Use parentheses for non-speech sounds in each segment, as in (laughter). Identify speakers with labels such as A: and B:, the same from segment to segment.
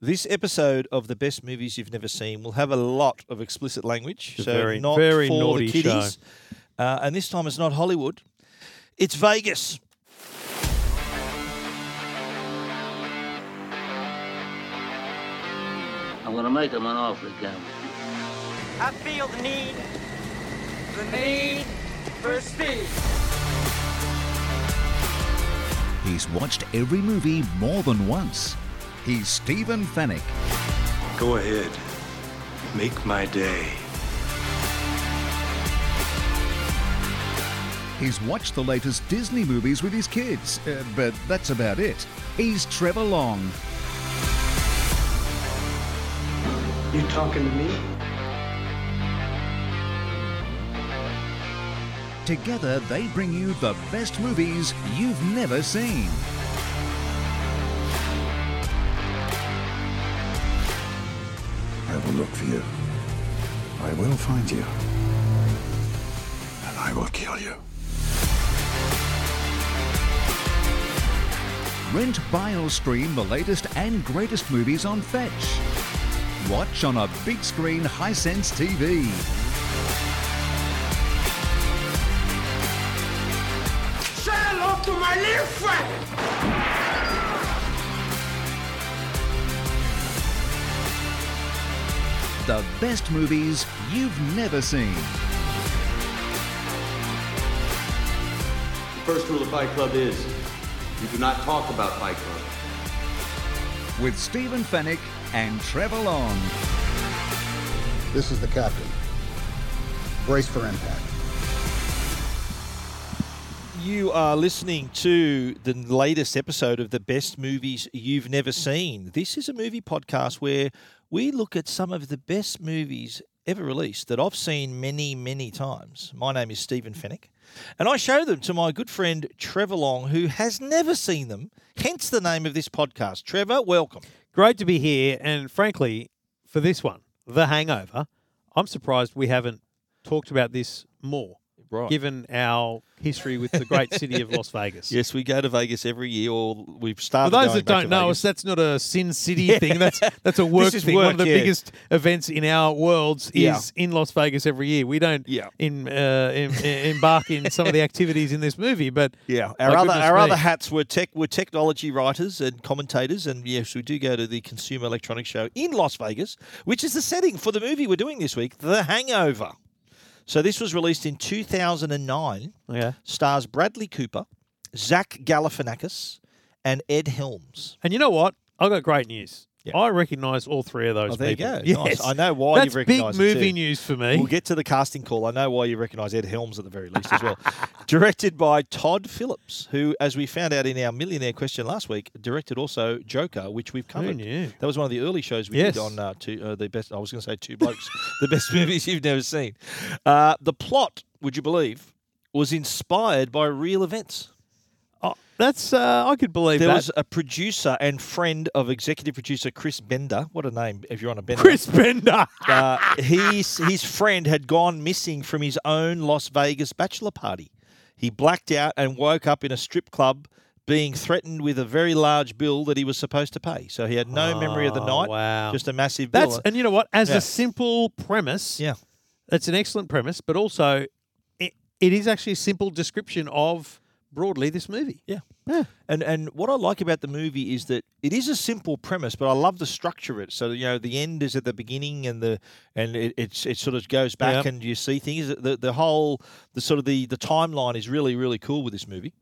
A: This episode of the best movies you've never seen will have a lot of explicit language,
B: It's a
A: so
B: very-
A: not
B: very
A: for
B: naughty
A: the kiddies. Uh, and this time it's not Hollywood; it's Vegas.
C: I'm gonna make him an offer again.
D: I feel the need, the need for speed.
E: He's watched every movie more than once. He's Stephen Fennick.
F: Go ahead. Make my day.
E: He's watched the latest Disney movies with his kids, uh, but that's about it. He's Trevor Long.
F: You talking to me?
E: Together, they bring you the best movies you've never seen.
G: I will look for you. I will find you. And I will kill you.
E: Rent, buy, or stream the latest and greatest movies on Fetch. Watch on a big screen Hisense TV.
D: Say hello to my little friend.
E: The best movies you've never seen.
H: First rule of Fight Club is you do not talk about Fight Club.
E: With Stephen Fennick and Trevor Long.
I: This is the captain. Brace for impact.
A: You are listening to the latest episode of the best movies you've never seen. This is a movie podcast where we look at some of the best movies ever released that I've seen many, many times. My name is Stephen Fennick, and I show them to my good friend Trevor Long, who has never seen them, hence the name of this podcast. Trevor, welcome.
B: Great to be here, and frankly, for this one, The Hangover, I'm surprised we haven't talked about this more,
A: Right.
B: given our history with the great city of
A: (laughs)
B: Las Vegas.
A: Yes, we go to Vegas every year, or we've
B: For
A: started.
B: those
A: going
B: that
A: back
B: don't
A: to
B: know
A: Vegas.
B: us, that's not a Sin City thing.
A: (laughs)
B: That's that's a work
A: is
B: thing. One
A: work,
B: of the
A: yeah.
B: biggest events in our worlds
A: Yeah.
B: is in Las Vegas every year. We don't
A: Yeah.
B: in, uh, em- (laughs) em- embark in some of the activities in this movie, but
A: Yeah,
B: my
A: our other
B: goodness
A: our
B: me.
A: other hats were tech were technology writers and commentators, and yes, we do go to the Consumer Electronics Show in Las Vegas, which is the setting for the movie we're doing this week, The Hangover. So this was released in 2009.
B: Yeah.
A: Stars Bradley Cooper, Zach Galifianakis, and Ed Helms.
B: And you know what? I got great news.
A: Yeah.
B: I recognise all three of those.
A: Oh, there you
B: people.
A: go.
B: Yes.
A: Nice. I know why
B: That's
A: you
B: big
A: recognise it
B: movie
A: too.
B: news for me.
A: We'll get to the casting call. I know why you recognise Ed Helms at the very least as
B: (laughs)
A: well. directed by Todd Phillips, who, as we found out in our millionaire question last week, directed also Joker, which we've covered.
B: knew?
A: That was one of the early shows we
B: Yes.
A: did on uh, two, uh, the best. I was going to say two blokes, (laughs) the best movies you've never seen. Uh, the plot, would you believe, was inspired by real events.
B: Oh, that's uh, I could believe
A: There
B: that.
A: was a producer and friend of executive producer Chris Bender. What a name! If you're on a Bender,
B: Chris Bender.
A: uh, his his friend had gone missing from his own Las Vegas bachelor party. He blacked out and woke up in a strip club, being threatened with a very large bill that he was supposed to pay. So he had no memory of the
B: Oh,
A: night.
B: wow.
A: Just a massive bill.
B: That's and you know what? As
A: Yeah.
B: a simple premise,
A: yeah.
B: that's an excellent premise, but also it, it is actually a simple description of broadly this movie.
A: Yeah. And and what I like about the movie is that it is a simple premise, but I love the structure of it. So you know, the end is at the beginning, and the and it, it's it sort of goes back,
B: Yep.
A: and you see things. The the whole the sort of the the timeline is really really cool with this movie.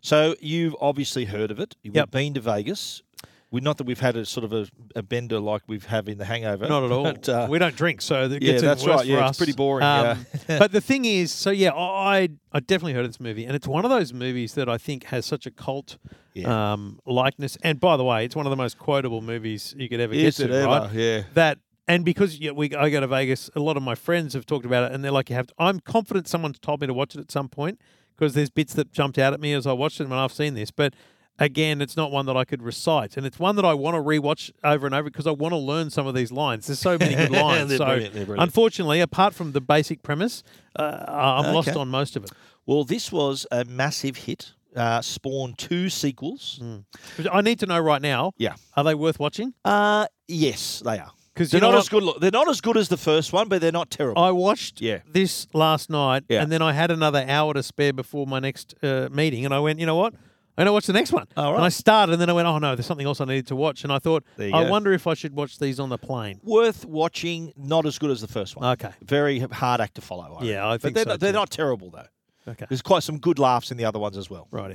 A: So you've obviously heard of it. You've
B: Yep.
A: been to Vegas. We not that we've had a sort of a, a bender like we've have in The Hangover.
B: Not at all.
A: (laughs) but, uh,
B: we don't drink, so that
A: yeah,
B: gets even
A: that's
B: worse
A: right. Yeah,
B: for
A: it's
B: us. Um,
A: pretty boring, yeah.
B: (laughs)
A: (laughs)
B: but the thing is, so yeah, I I definitely heard of this movie, and it's one of those movies that I think has such a cult
A: Yeah.
B: um, likeness. And by the way, it's one of the most quotable movies you could ever
A: Is
B: get
A: it
B: to,
A: ever?
B: right?
A: Yeah.
B: That and because yeah, we I go to Vegas, a lot of my friends have talked about it, and they're like, "You have." To, I'm confident someone's told me to watch it at some point because there's bits that jumped out at me as I watched it, and I've seen this, but. Again, it's not one that I could recite, and it's one that I want to rewatch over and over because I want to learn some of these lines. There's so many good
A: (laughs)
B: lines.
A: They're
B: so,
A: brilliant, they're brilliant.
B: unfortunately, apart from the basic premise, uh, I'm lost on most of it.
A: Well, this was a massive hit. uh, spawned two sequels.
B: Hmm. Which I need to know right now.
A: Yeah.
B: Are they worth watching?
A: Uh yes, they are.
B: 'Cause
A: they're
B: you know
A: not
B: what-
A: as good. Look, they're not as good as the first one, but they're not terrible.
B: I watched
A: Yeah.
B: this last night,
A: Yeah.
B: and then I had another hour to spare before my next uh, meeting, and I went, you know what? I'm gonna watch the next one.
A: All
B: And I
A: right.
B: started, and then I went, oh no, there's something else I needed to watch, and I thought,
A: There you
B: I
A: go.
B: wonder if I should watch these on the plane.
A: Worth watching. Not as good as the first one.
B: Okay.
A: Very hard act to follow. I reckon.
B: Yeah, I
A: but
B: think
A: they're
B: so
A: not, they're
B: too.
A: not terrible though.
B: Okay.
A: There's quite some good laughs in the other ones as well.
B: Right.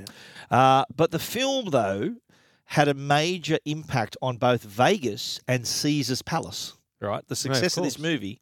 B: Yeah.
A: Uh, but the film though had a major impact on both Vegas and Caesar's Palace. Right. The success of, this
B: course.
A: movie.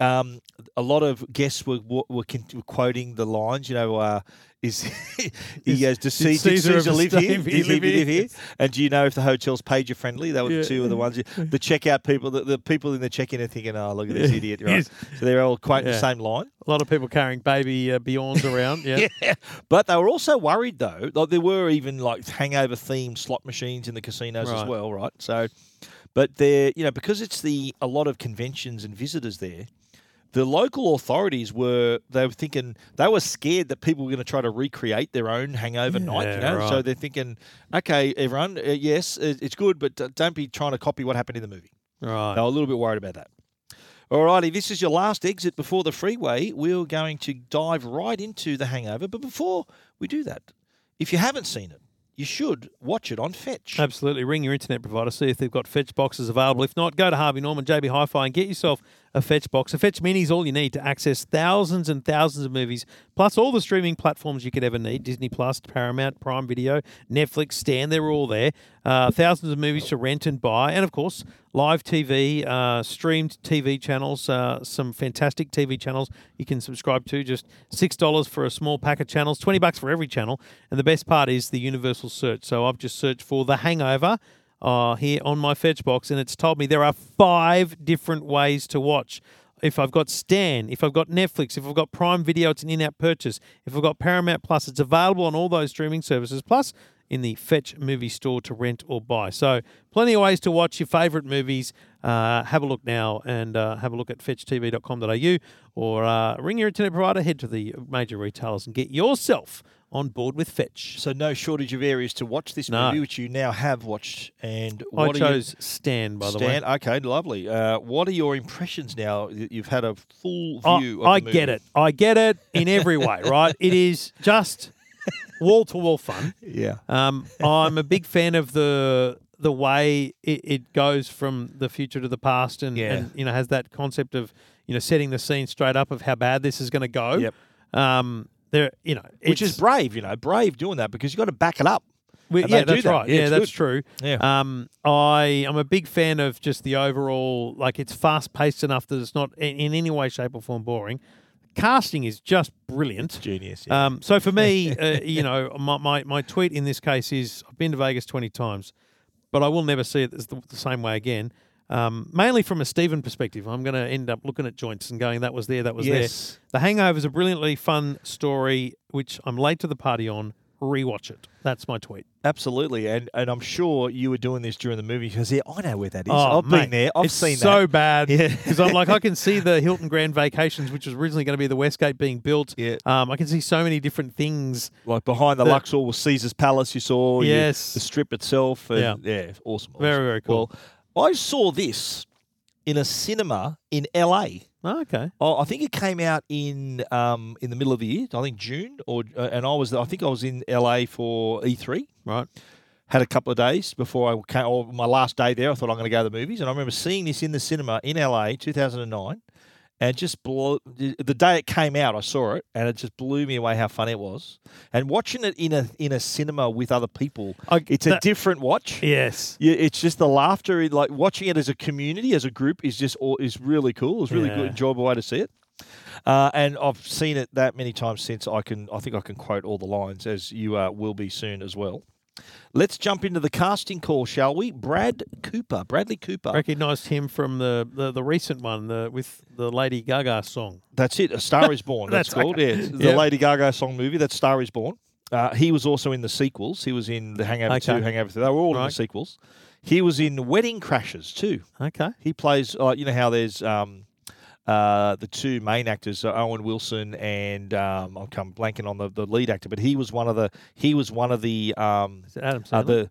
A: Um, a lot of guests were were, were, con- were quoting the lines. You know, uh, is (laughs) he
B: Is-
A: goes, "Does
B: did
A: Caesar,
B: Caesar
A: Caesar
B: ever
A: live
B: stay-
A: here?
B: if
A: Did
B: he
A: he
B: live
A: live,
B: here?"
A: here? And do you know if the hotel's pager friendly? They were
B: Yeah.
A: the two of the
B: (laughs)
A: ones. you- The checkout people, the, the people in the check-in are thinking, "Oh, look at this
B: Yeah.
A: idiot!"
B: (laughs)
A: Right.
B: Yes.
A: So they're all quoting
B: Yeah.
A: the same line.
B: A lot of people carrying baby uh, Bjorns
A: (laughs)
B: around. (laughs) Yeah.
A: Yeah. But they were also worried though. Like there were even like hangover themed slot machines in the casinos as
B: Right.
A: well, right? So but they're you know, because it's the a lot of conventions and visitors there, the local authorities were they were thinking they were scared that people were going to try to recreate their own hangover night, you
B: Yeah,
A: know. So
B: right.
A: they're thinking, okay, everyone, uh, yes, it- it's good, but uh, don't be trying to copy what happened in the movie.
B: Right.
A: They were a little bit worried about that. Alrighty, this is your last exit before the freeway. We're going to dive right into The Hangover. But before we do that, if you haven't seen it, you should watch it on Fetch.
B: Absolutely. Ring your internet provider, see if they've got fetch boxes available. If not, go to Harvey Norman, JB Hi Fi, and get yourself a fetch box. A fetch mini is all you need to access thousands and thousands of movies, plus all the streaming platforms you could ever need Disney Plus, Paramount, Prime Video, Netflix, Stan, they're all there. Uh, thousands of movies to rent and buy. And of course, live TV, uh, streamed TV channels, uh, some fantastic TV channels you can subscribe to. Just $6 for a small pack of channels, 20 bucks for every channel. And the best part is the universal search. So I've just searched for The Hangover uh, here on my fetch box, and it's told me there are five different ways to watch. If I've got Stan, if I've got Netflix, if I've got Prime Video, it's an in app purchase. If I've got Paramount Plus, it's available on all those streaming services. Plus, in the Fetch movie store to rent or buy. So, plenty of ways to watch your favourite movies. Uh, have a look now and uh, have a look at fetchtv.com.au or uh, ring your internet provider, head to the major retailers and get yourself on board with Fetch.
A: So no shortage of areas to watch this
B: No.
A: movie, which you now have watched. And
B: I
A: what are
B: chose Stan, by
A: your,
B: the way.
A: Stan, Okay, lovely. Uh, what are your impressions now? that You've had a full
B: I-
A: view. of
B: I
A: the movie?
B: get it. I get it in every
A: (laughs)
B: way, right? It is just wall to wall fun.
A: Yeah.
B: Um, I'm a big fan of the the way it, it goes from the future to the past, and,
A: Yeah.
B: and you know has that concept of you know setting the scene straight up of how bad this is going to go.
A: Yep.
B: Um, there, you know,
A: Which is
B: it's-
A: brave, you know, brave doing that because you've got to back it up.
B: we,
A: And they
B: yeah,
A: do
B: that's
A: that.
B: right.
A: Yeah,
B: Yeah,
A: it's
B: that's
A: good.
B: true.
A: Yeah.
B: Um, I I'm a big fan of just the overall like it's fast paced enough that it's not in, in any way, shape, or form boring. Casting is just brilliant.
A: Genius.
B: Um, so
A: (laughs)
B: for me, uh, you know, my, my, my tweet in this case is I've been to Vegas 20 times, but I will never see it as the, the same way again. Um, mainly from a Stephen perspective, I'm going to end up looking at joints and going, that was there, that was
A: Yes.
B: there. The Hangover is a brilliantly fun story, which I'm late to the party on. Rewatch it. That's my tweet.
A: Absolutely, and and I'm sure you were doing this during the movie because yeah, I know where that is.
B: Oh,
A: I've
B: mate,
A: been there. I've
B: it's
A: seen
B: so
A: that.
B: bad
A: Yeah.
B: because I'm like I can
A: (laughs)
B: see the Hilton Grand Vacations, which was originally going to be the Westgate being built.
A: Yeah.
B: Um, I can see so many different things.
A: Like behind the,
B: The-
A: Luxor was Caesar's Palace. You saw you-
B: Yes.
A: the strip itself. And yeah, awesome, awesome.
B: Very, very cool.
A: Well, I saw this in a cinema in LA.
B: Oh, okay.
A: Oh, I think it came out in um, in the middle of the year. I think June or uh, and I was I think I was in LA for E E3.
B: Right.
A: Had a couple of days before I came, or my last day there. I thought I'm going to go to the movies, and I remember seeing this in the cinema in LA, 2009, and just blew, the day it came out, I saw it, and it just blew me away how funny it was. And watching it in a in a cinema with other people,
B: I-
A: it's a
B: that-
A: different watch.
B: Yes.
A: Yeah, it's just the laughter. it- Like watching it as a community, as a group, is just all is really cool. It's really
B: Yeah.
A: good, enjoyable way to see it. Uh, and I've seen it that many times since. I can, I think I can quote all the lines as you uh, will be soon as well. Let's jump into the casting call, shall we? Brad Cooper, Bradley Cooper.
B: Recognised him from the, the, the recent one, the with the Lady Gaga song.
A: That's it. A Star Is
B: (laughs)
A: Born. That's,
B: That's-
A: called. Yeah, it's the
B: Yep.
A: Lady Gaga song movie. That's Star Is Born. Uh, he was also in the sequels. He was in the Hangover
B: Okay.
A: Two, Hangover Three. They were all in the
B: Right.
A: sequels. He was in Wedding Crashers too.
B: Okay.
A: He plays, uh, you know how there's um, uh, the two main actors, so Owen Wilson and um, I'll come blanking on the, the lead actor, but he was one of the he was one of the um,
B: Is it Adam Sandler?
A: uh, the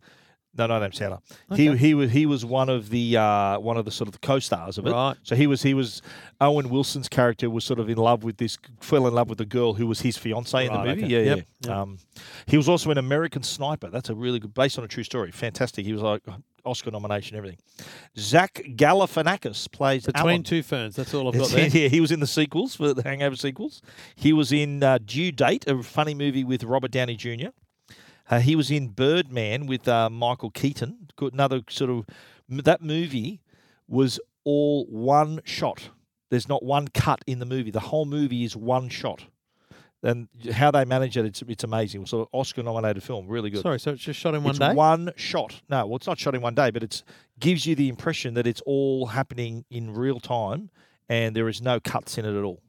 A: no, not Adam Sandler. He he was he was one of the uh, one of the sort of the co-stars of it.
B: Right.
A: So he was he was Owen Wilson's character was sort of in love with this fell in love with the girl who was his fiancee in the
B: Right,
A: movie.
B: okay.
A: Yeah,
B: Yep,
A: yeah. Um, he was also an American Sniper. That's a really good based on a true story. Fantastic. He was like uh, Oscar nomination, everything. Zach Galifianakis plays
B: Between
A: Alan.
B: two ferns. That's all I've got
A: That's
B: there.
A: it, (laughs) yeah, he was in the sequels for the Hangover sequels. He was in uh, Due Date, a funny movie with Robert Downey Jr. Uh, he was in Birdman with uh, Michael Keaton. Good- Another sort of m- that movie was all one shot. There's not one cut in the movie. The whole movie is one shot. And how they manage it, it's, it's amazing. It was an Oscar-nominated film. Really good.
B: Sorry, so it's just shot in one
A: it's
B: day.
A: one shot. No, well, it's not shot in one day, but it's gives you the impression that it's all happening in real time, and there is no cuts in it at all.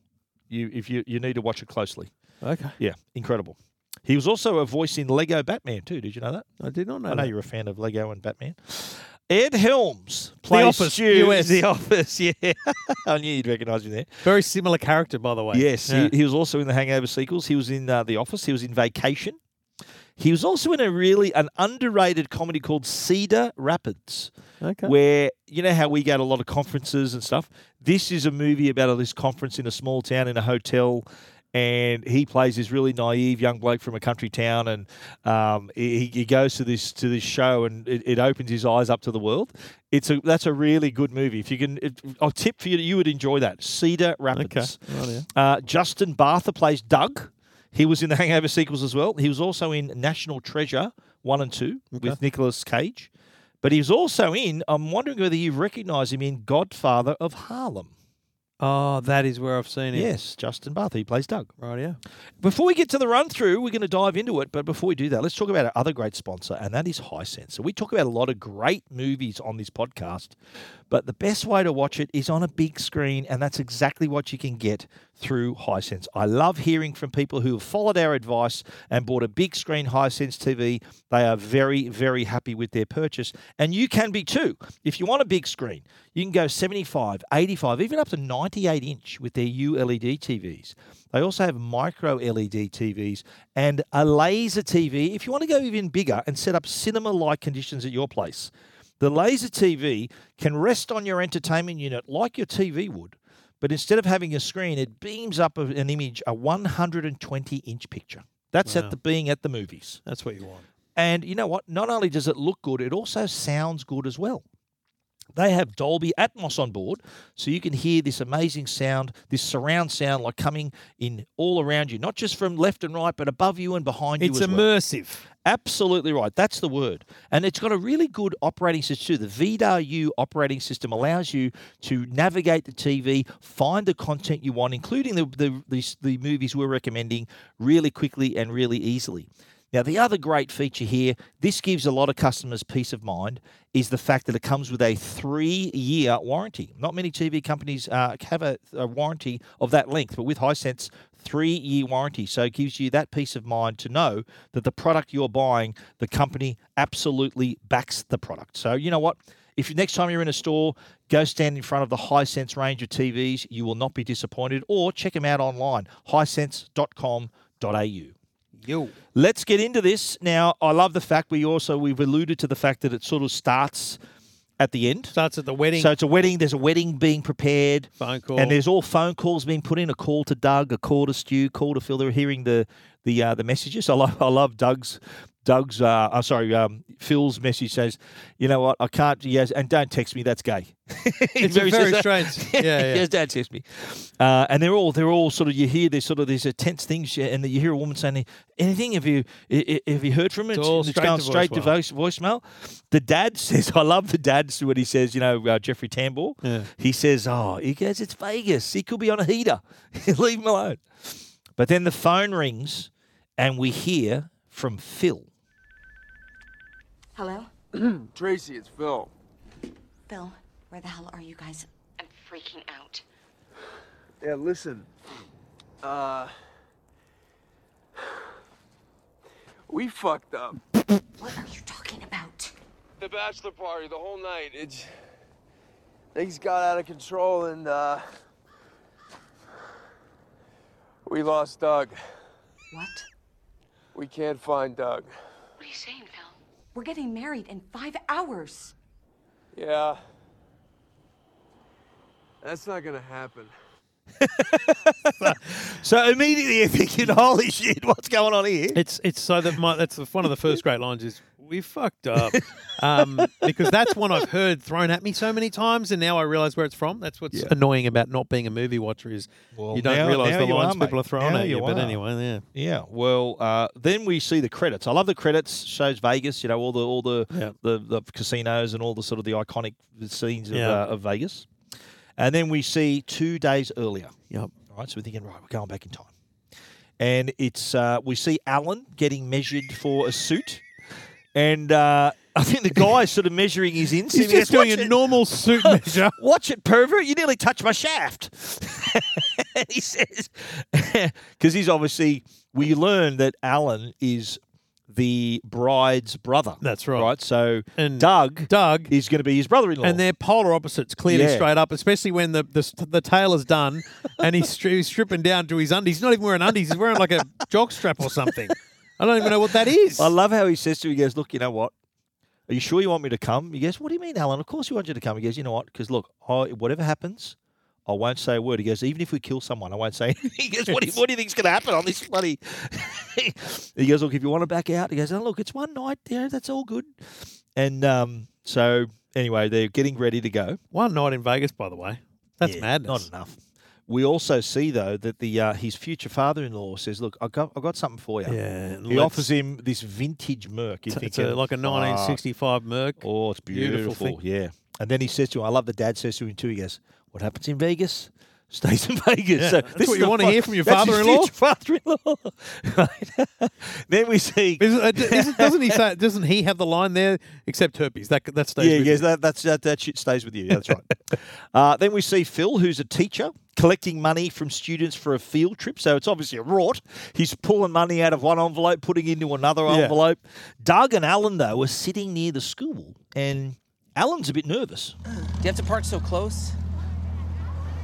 A: You, if you, you need to watch it closely.
B: Okay,
A: Yeah, incredible. He was also a voice in Lego Batman too. Did you know that?
B: I did not know.
A: I know
B: that.
A: you're a fan of Lego and Batman. Ed Helms plays
B: Office,
A: Stu-
B: US.
A: The Office. (laughs) Yeah, I knew you'd recognise him there.
B: Very similar character, by the way.
A: Yes,
B: Yeah.
A: he, he was also in the Hangover sequels. He was in uh, The Office. He was in Vacation. He was also in a really an underrated comedy called Cedar Rapids,
B: Okay.
A: where you know how we go to a lot of conferences and stuff. This is a movie about this conference in a small town in a hotel, and he plays this really naive young bloke from a country town, and um, he, he goes to this to this show, and it, it opens his eyes up to the world. It's a that's a really good movie. If you can, it, I'll tip for you. You would enjoy that Cedar Rapids.
B: Rightio.
A: Uh, Justin Bartha plays Doug. He was in the Hangover sequels as well. He was also in National Treasure 1 and 2 with Nicolas Cage. But he was also in, I'm wondering whether you recognise him in Godfather of Harlem.
B: Oh, that is where I've seen him.
A: Yes, Justin Bartha. He plays Doug.
B: Right, yeah.
A: Before we get to the run through, we're going to dive into it. But before we do that, let's talk about our other great sponsor, and that is Hisense. So we talk about a lot of great movies on this podcast, but the best way to watch it is on a big screen, and that's exactly what you can get through Hisense. I love hearing from people who have followed our advice and bought a big screen Hisense TV. They are very, very happy with their purchase, and you can be too. If you want a big screen, you can go 75, 85, even up to 98 inch with their E ULED TVs. They also have micro E LED TVs and a laser TV if you want to go even bigger and set up cinema like conditions at your place. The laser TV can rest on your entertainment unit like your TV would, but instead of having a screen, it beams up a- an image, a 120 inch picture. That's at the being at the movies.
B: That's what you want.
A: And you know what? Not only does it look good, it also sounds good as well. They have Dolby Atmos on board, so you can hear this amazing sound, this surround sound, like coming in all around you, not just from left and right, but above you and behind
B: It's
A: you. as well.
B: immersive.
A: Absolutely right. That's the word. And it's got a really good operating system too. The VDARU operating system allows you to navigate the TV, find the content you want, including the, the, the, the movies we're recommending, really quickly and really easily. Now, the other great feature here, this gives a lot of customers peace of mind, is the fact that it comes with a three year warranty. Not many TV companies uh, have a, a warranty of that length, but with Hisense, three year warranty. So it gives you that peace of mind to know that the product you're buying, the company absolutely backs the product. So you know what? If you, next time you're in a store, go stand in front of the Hisense range of TVs. You will not be disappointed. Or check them out online, hisense.com.au. Let's get into this. Now, I love the fact we also we've alluded to the fact that it sort of starts at the end.
B: Starts at the wedding.
A: So it's a wedding. There's a wedding being prepared.
B: Phone call.
A: And there's all phone calls being put in. A call to Doug, a call to Stu, call to Phil. They're hearing the the uh, the messages. I love I love Doug's Doug's. Uh, I'm sorry, um, Phil's message says, you know what, I can't. Yes, and don't text me. That's gay. (laughs)
B: it's a very strange. Yeah, yeah.
A: yes, Dad says me. Uh, and they're all they're all sort of you hear there's sort of these uh, tense things, yeah, and you hear a woman saying, "Anything? Have you i- i- have you heard from her?"
B: It's all straight
A: going
B: to
A: straight to voice, voicemail. The dad (laughs) says, "I love the dad." What he says, you know, uh, Jeffrey Tambor.
B: Yeah.
A: He says, "Oh, he goes, it's Vegas. He could be on a heater. (laughs) Leave him alone." But then the phone rings, and we hear from Phil.
J: Hello?
H: (clears throat) Tracy, it's Phil.
J: Bill, where the hell are you guys? I'm freaking out.
H: Yeah, listen. Uh. We fucked up.
J: What are you talking about?
H: The bachelor party, the whole night. It's. Things got out of control and, uh.
K: We lost Doug.
J: What?
K: We can't find Doug.
J: What are you saying, Phil? We're getting married in five hours.
K: Yeah. That's not gonna happen.
A: So immediately you're thinking, holy shit, what's going on here?
B: It's it's so that my that's the, one of the first great lines is we
A: (laughs)
B: fucked up um, because that's one I've heard thrown at me so many times, and now I realise where it's from. That's what's
A: Yeah.
B: annoying about not being a movie watcher is
A: Well,
B: you don't
A: now-
B: realise
A: now
B: the
A: you
B: lines
A: are, mate.
B: people are throwing
A: Now
B: at you.
A: you
B: But
A: are.
B: anyway, yeah.
A: Yeah, well, uh, then we see the credits. I love the credits. Shows Vegas, you know, all the all the
B: Yeah.
A: the, the casinos and all the sort of the iconic scenes of,
B: Yeah.
A: uh, of Vegas. And then we see two days earlier.
B: Yep.
A: All right, so we're thinking, right, we're going back in time, and it's uh, we see Alan getting measured for a suit, and uh, (laughs) I think the guy's sort of measuring his inseam.
B: He's
A: He
B: just
A: goes,
B: doing
A: "Watch
B: a
A: it." (laughs)
B: normal suit measure.
A: Watch it, pervert! You nearly touched my shaft. (laughs) And he says, (laughs) because he's obviously. We learn that Alan is the bride's brother.
B: That's right.
A: Right. So
B: And
A: Doug,
B: Doug
A: is going to be his brother-in-law.
B: And they're polar opposites, clearly
A: Yeah.
B: straight up, especially when the the, st- the tail is done and he's, stri- he's stripping down to his undies. He's not even wearing undies. He's wearing like a jock strap or something. I don't even know what that is.
A: I love how he says to him, he goes, Look, you know what? Are you sure you want me to come? He goes, What do you mean, Alan? Of course you want you to come. He goes, You know what? Because look, I, whatever happens, I won't say a word. He goes, Even if we kill someone, I won't say anything. (laughs) He goes, What do you, what do you think's going to happen on this bloody. (laughs) he goes, Look, if you want to back out, he goes, Oh, look, it's one night. Yeah, that's all good. And um, so, anyway, they're getting ready to go.
B: One night in Vegas, by the way. That's
A: Yeah,
B: madness.
A: Not enough. We also see though that the uh, his future father-in-law says, "Look, I got I got something for you."
B: Yeah,
A: he
B: let's-
A: offers him this vintage Merc. You
B: It's,
A: think
B: it's a, like a 1965 Merc.
A: Oh, it's
B: Beautiful
A: beautiful.
B: thing.
A: yeah. And then he says to him, "I love the dad says to him too." He goes, "What happens in Vegas (laughs) stays in Vegas."
B: Yeah,
A: so
B: that's
A: this
B: what
A: is
B: you
A: the
B: wanna
A: fa-
B: hear from your
A: that's his
B: father-in-law?
A: future father-in-law. (laughs) Right. then we see.
B: Isn't- uh, d- isn't-
A: (laughs)
B: doesn't he say? Doesn't he have the line there? Except herpes. That that stays.
A: yeah,
B: with
A: yes,
B: you.
A: that, that's, that, that shit stays with you. That's right. (laughs) uh, then we see Phil, who's a teacher, collecting money from students for a field trip. So it's obviously a rort. He's pulling money out of one envelope, putting into another
B: Yeah.
A: envelope. Doug and Alan, though, are sitting near the school, and Alan's a bit nervous.
D: you have to park so close?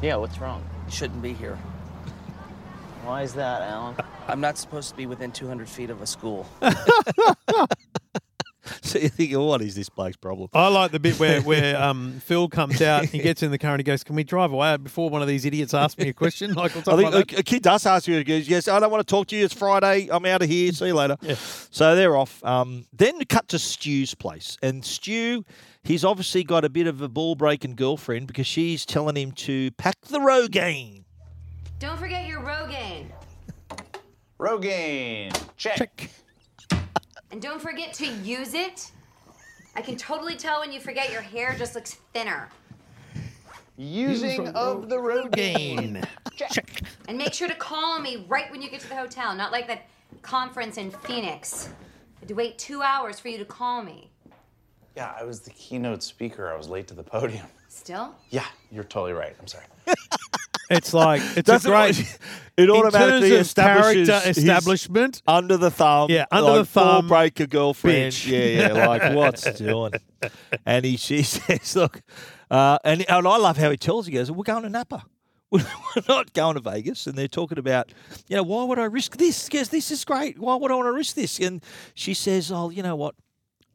L: Yeah, what's wrong?
D: You shouldn't be here.
L: (laughs) Why is that, Alan?
D: I'm not supposed to be within 200 feet of a school.
A: (laughs) So you think, oh, what is this bloke's problem?
B: I like the bit where where um, Phil comes out. He gets in the car and he goes, "Can we drive away before one of these idiots asks me a question?" (laughs) Like, or something
A: I
B: like
A: think
B: that.
A: a- a kid does ask you, he goes, Yes, I don't want to talk to you. It's Friday. I'm out of
B: Mm.
A: here. See you later. So they're off. Um, then cut to Stu's place. And Stu, he's obviously got a bit of a ball breaking girlfriend because she's telling him to pack the Rogaine.
M: Don't forget your Rogaine.
N: Rogaine, check.
M: And don't forget to use it. I can totally tell when you forget your hair just looks thinner.
N: Using of the Rogaine.
M: And make sure to call me right when you get to the hotel, not like that conference in Phoenix. I had to wait two hours for you to call me.
N: yeah, I was the keynote speaker. I was late to the podium.
M: Still?
N: Yeah, you're totally right. I'm sorry.
B: It's like it's
A: That's
B: a great.
A: (laughs) It
B: in terms
A: automatically
B: of
A: establishes
B: character
A: his
B: establishment.
A: Under the thumb.
B: Yeah, under the
A: like, ball
B: thumb,
A: breaker girlfriend.
B: bitch.
A: Yeah,
B: (laughs)
A: yeah. Like, what's doing? And he, she (laughs) says, Look, uh, and, and I love how he tells, he goes, We're going to Napa. (laughs) We're not going to Vegas. And they're talking about, you know, why would I risk this? Because this is great. Why would I want to risk this? And she says, Oh, you know what?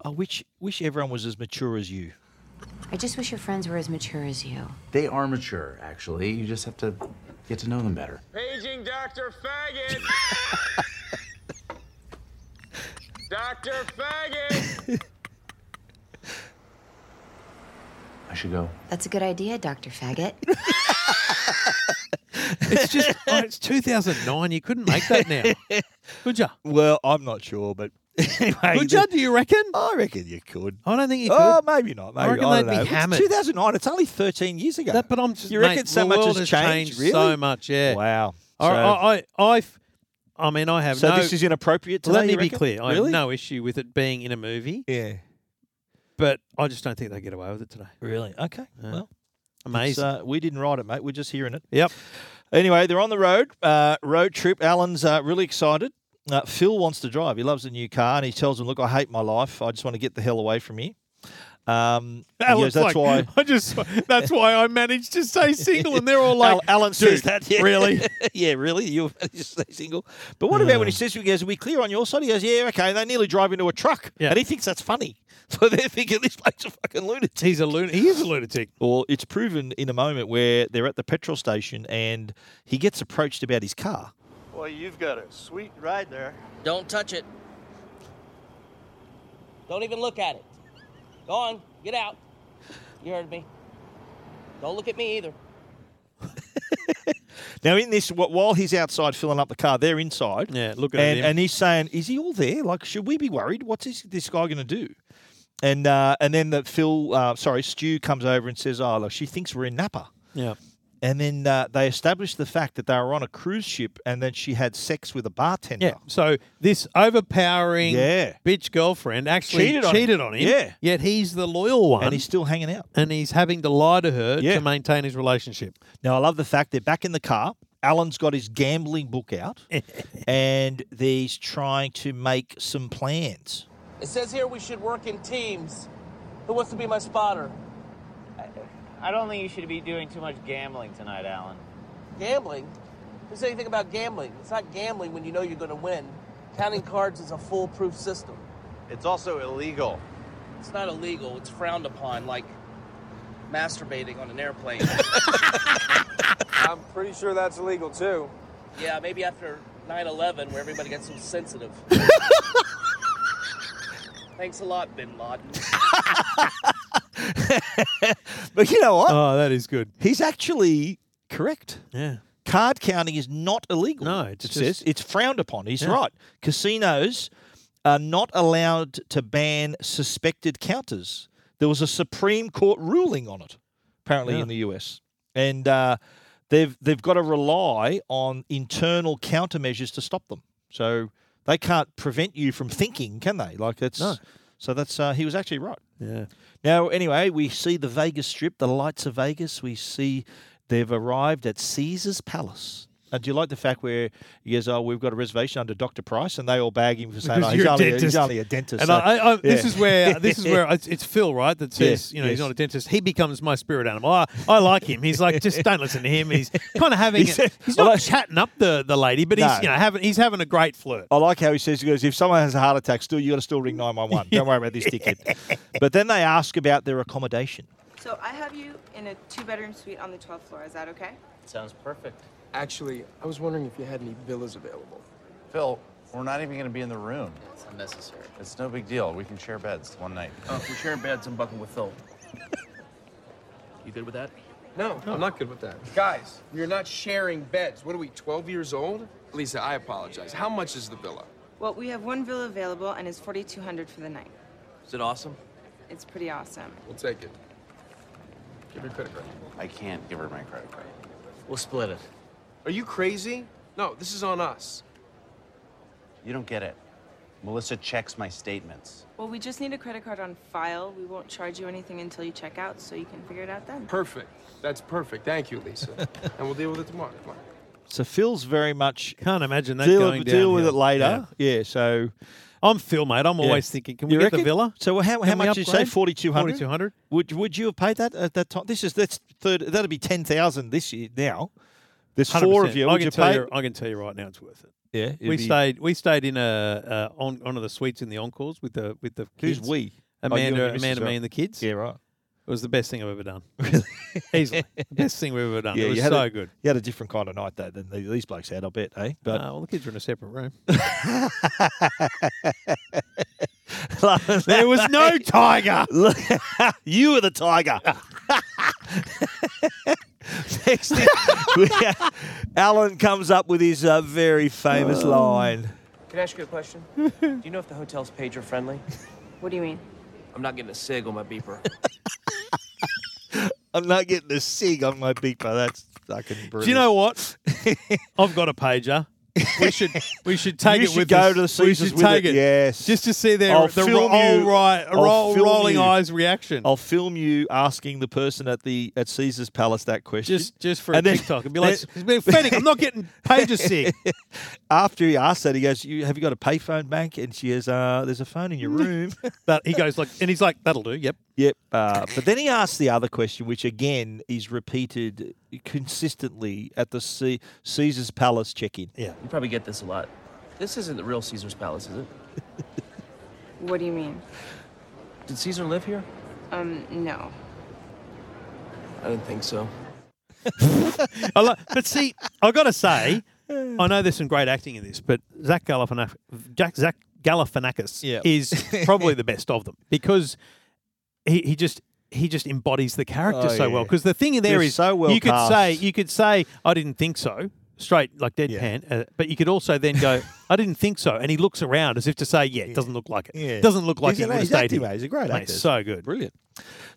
A: I wish, wish everyone was as mature as you.
M: I just wish your friends were as mature as you.
N: They are mature, actually. You just have to get to know them better.
D: Paging Dr. Faggot! Dr. Faggot!
N: I should go.
M: That's a good idea, Dr. Faggot.
A: (laughs)
B: It's just oh, it's 2009. You couldn't make that now. Could ya?
A: Well, I'm not sure, but (laughs) anyway.
B: Could ya?
A: the-
B: Do you reckon?
A: I reckon you could.
B: I don't think you could.
A: Oh, maybe not. Maybe
B: I reckon
A: I
B: they'd
A: don't
B: be
A: know. It's
B: hammered.
A: 2009. It's only 13 years ago.
B: That- but I'm just,
A: You reckon
B: mate,
A: so
B: the
A: much
B: world
A: has changed, really?
B: So much, yeah.
A: Wow.
B: I,
A: So-
B: I, I, I've- I mean, I have
A: So
B: no.
A: this is inappropriate today,
B: Let me
A: you
B: be
A: reckon?
B: clear. I have
A: Really?
B: no issue with it being in a movie.
A: Yeah.
B: But I just don't think they get away with it today.
A: Really? Okay.
B: Yeah.
A: Well, it's,
B: amazing.
A: uh, we didn't write it, mate. We're just hearing it.
B: Yep.
A: Anyway, they're on the road. Uh, road trip. Alan's uh, really excited. Uh, Phil wants to drive. He loves the new car, and he tells him, "Look, I hate my life. I just want to get the hell away from here." Um, he goes,
B: Alan's
A: that's
B: like,
A: why.
B: (laughs) I just that's why I managed to stay single, and
A: (laughs)
B: they're all like,
A: Al- Alan says
B: "Dude,
A: that. Yeah. (laughs)
B: Really?
A: (laughs) yeah, really? You (laughs) just stay single. But what about when he says, to you, he goes, Are we clear on your side? He goes, Yeah, okay. And they nearly drive into a truck.
B: Yeah.
A: And he thinks that's funny. (laughs) So they're thinking this bloke's a fucking lunatic.
B: He's a lunatic. He is a lunatic.
A: Well, it's proven in a moment where they're at the petrol station and he gets approached about his car.
O: Well, you've got a sweet ride there.
P: Don't touch it. Don't even look at it. Go on, get out. You heard me. Don't look at me either.
A: Now, in this, wh- while he's outside filling up the car, they're inside.
B: Yeah, looking at
A: and,
B: him.
A: And he's saying, "Is he all there? Like, should we be worried? What's this, this guy going to do?" And uh, and then the Phil, uh, sorry, Stu comes over and says, "Oh, look, she thinks we're in Napa."
B: Yeah.
A: And then uh, they established the fact that they were on a cruise ship, and then she had sex with a bartender.
B: Yeah. So this overpowering
A: Oh. Yeah.
B: bitch girlfriend actually
A: Cheated
B: cheated,
A: on
B: on,
A: him.
B: him.
A: Yeah.
B: Yet he's the loyal one.
A: And he's still hanging out.
B: and he's having to lie to her
A: Yeah.
B: to maintain his relationship.
A: Now I love the fact they're back in the car. Alan's got his gambling book out, and he's trying to make some plans.
P: It says here we should work in teams. Who wants to be my spotter?
L: I don't think you should be doing too much gambling tonight, Alan.
P: Gambling? Who said anything about gambling? It's not gambling when you know you're going to win. Counting cards is a foolproof system.
H: It's also illegal.
P: It's not illegal. It's frowned upon, like masturbating on an airplane.
K: I'm pretty sure that's illegal too.
P: yeah, maybe after 9/11, where everybody gets so sensitive. Thanks a lot, Bin Laden.
A: But you know what?
B: (laughs) Oh, that is good.
A: He's actually correct.
B: Yeah.
A: Card counting is not illegal.
B: No, it's
A: it
B: just-
A: says it's frowned upon. He's
B: Yeah.
A: right. Casinos are not allowed to ban suspected counters. There was a Supreme Court ruling on it, apparently
B: Yeah.
A: in the US, and uh, they've they've got to rely on internal countermeasures to stop them. So they can't prevent you from thinking, can they? Like that's
B: No.
A: so that's uh, he was actually right.
B: Yeah.
A: Now, anyway, we see the Vegas Strip, the lights of Vegas. We see they've arrived at Caesar's Palace. Uh, do you like the fact where he goes, "Oh, we've got a reservation under Doctor Price," and they all bag him for saying,
B: Because
A: oh, he's,
B: you're a
A: only a, he's
B: dentist.
A: only a dentist."
B: And
A: so-
B: I, I, I-
A: (laughs)
B: this
A: yeah.
B: is where this is where it's, it's Phil, right? That says
A: Yeah,
B: you know he's
A: yes.
B: not a dentist. He becomes my spirit animal. I, I like him. He's like just don't listen to him. He's kind of having
A: He
B: a-
A: said-
B: he's
A: I
B: not
A: like-
B: chatting up the, the lady, but
A: No. Oh,
B: he's you know having he's having a great flirt.
A: I like how he says, "He goes, if someone has a heart attack, still you got to still ring nine one one. Don't worry about this
B: (laughs)
A: ticket." But then they ask about their accommodation.
Q: (laughs) So I have you in a two-bedroom suite on the 12th floor. Is that okay?
L: Sounds perfect.
K: Actually, I was wondering if you had any villas available.
N: Phil, we're not even going to be in the room.
P: It's unnecessary.
N: It's no big deal. We can share beds one night.
P: Uh, we're sharing beds. I'm bucking with Phil. You good with that?
K: No, I'm not good with that. Guys, we are not sharing beds. What are we, 12 years old? Lisa, I apologize. How much is the villa?
Q: Well, we have one villa available and it's 4,200 for the night.
P: Is it awesome?
Q: It's pretty awesome.
K: We'll take it. Give me a credit card.
N: I can't give her my credit card.
P: We'll split it.
K: Are you crazy? No, this is on us.
N: You don't get it. Melissa checks my statements.
Q: Well, we just need a credit card on file. We won't charge you anything until you check out, so you can figure it out then.
K: Perfect. That's perfect. Thank you, Lisa. and we'll deal with it tomorrow. Come on.
A: So Phil's very much
B: Can't imagine that
A: deal,
B: going
A: deal with it
B: downhill.
A: later. Yeah, so
B: Yeah. I'm Phil, mate. I'm
A: Yeah.
B: always thinking, can we
A: You
B: get the
A: reckon?
B: villa?
A: So how, how
B: Can we
A: much did you say?
B: upgrade?
A: Forty two hundred.
B: 4,200?
A: Would would you have paid that at that time? This is that's third. That'd be ten thousand this year now. There's four of
B: 100%.
A: you.
B: I
A: Would
B: can
A: you
B: tell
A: pay?
B: you. I can tell you right now, it's worth it.
A: Yeah, it'd
B: we
A: be-
B: stayed. We stayed in a uh, on one of the suites in the encores with the with the
A: Who's
B: kids.
A: we? Oh, you and
B: Amanda,
A: your missus,
B: Amanda,
A: right.
B: me, and the kids.
A: Yeah, right.
B: It was the best thing I've
A: (laughs)
B: ever done. Really, (laughs) easily the best thing we've ever done.
A: Yeah,
B: it was
A: you had
B: so
A: a,
B: good.
A: You had a different kind of night though than the- these blokes had, I bet, eh? But (laughs)
B: (laughs) Uh, well, the kids were in a separate room. there was no (laughs) tiger.
A: Look, (laughs) you were the
B: (laughs)
A: tiger. Next, thing, (laughs) we- Alan comes up with his uh, very famous
B: Oh.
A: line.
P: Can I ask you
Q: (laughs)
P: a question? Do you know if the hotel's pager friendly?
Q: What do you mean?
P: I'm not getting a sig on
Q: (laughs)
P: my beeper.
A: I'm not getting a sig on my beeper. That's fucking brilliant.
B: Do you
A: (laughs)
B: know what? I've got a pager. We should we should take
A: You
B: it
A: should
B: with
A: go
B: us.
A: to the
B: we
A: Caesars
B: should
A: with
B: take
A: it,
B: it.
A: yes.
B: Just to see their
A: I'll
B: the
A: film
B: roll,
A: you.
B: ri-
A: I'll
B: roll-
A: film
B: rolling
A: you.
B: eyes reaction.
A: I'll film you asking the person at the at Caesar's Palace that question.
B: just just for a TikTok and be like,
A: then-
B: (laughs) it's been offending. I'm not getting pager sick.
A: (laughs) after he asks that, he goes, "You
B: Mm. (laughs)
A: have you got a payphone bank?" And she goes, uh, "There's a phone in your room."
B: But he goes like, and he's like, that'll do. Yep.
A: Yep. Uh, but then he asks the other question, which again is repeated consistently at the C- Caesar's Palace check-in.
B: Yeah.
R: You probably get this a lot. This isn't the real Caesar's Palace, is it?
Q: What do you mean?
R: Did Caesar live here?
Q: Um, no.
R: I didn't think so.
B: I lo- but see, I got to say, I know there's some great acting in this, but Zach Galifianakis, Jack, Zach Galifianakis
A: Yeah. (laughs)
B: is probably the best of them because he, he just he just embodies the character
A: Oh,
B: so well.
A: yeah.
B: Because the thing in there
A: They're
B: is
A: so well
B: you could say
A: cast.
B: you could say I didn't think so straight like deadpan, uh, but you could also then
A: (laughs)
B: go I didn't think so, and he looks around as if to say yeah, it doesn't look like it. Doesn't look like
A: he's
B: he
A: an
B: would have
A: he's
B: stayed
A: acting,
B: here.
A: mate. He's a great
B: Mate,
A: actor.
B: So good.
A: Brilliant.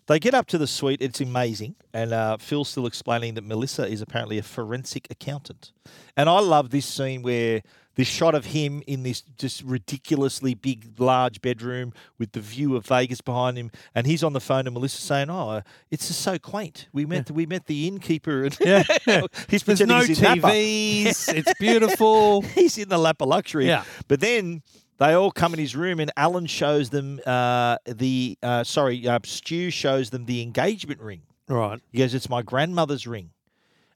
A: They get up to the suite. It's amazing. And uh, Phil's still explaining that Melissa is apparently a forensic accountant. And I love this scene where this shot of him in this just ridiculously big, large bedroom with the view of Vegas behind him. And he's on the phone and Melissa's saying, oh, uh, it's just so quaint. We met, we met the innkeeper. And (laughs) he's
B: There's
A: pretending
B: no
A: he's in Napa.
B: TVs. It's
A: (laughs)
B: beautiful. (laughs)
A: he's in the lap of luxury.
B: Yeah.
A: But then they all come in his room, and Alan shows them uh, the uh, sorry, uh, Stu shows them the engagement ring.
B: Right.
A: He goes, "It's my grandmother's ring."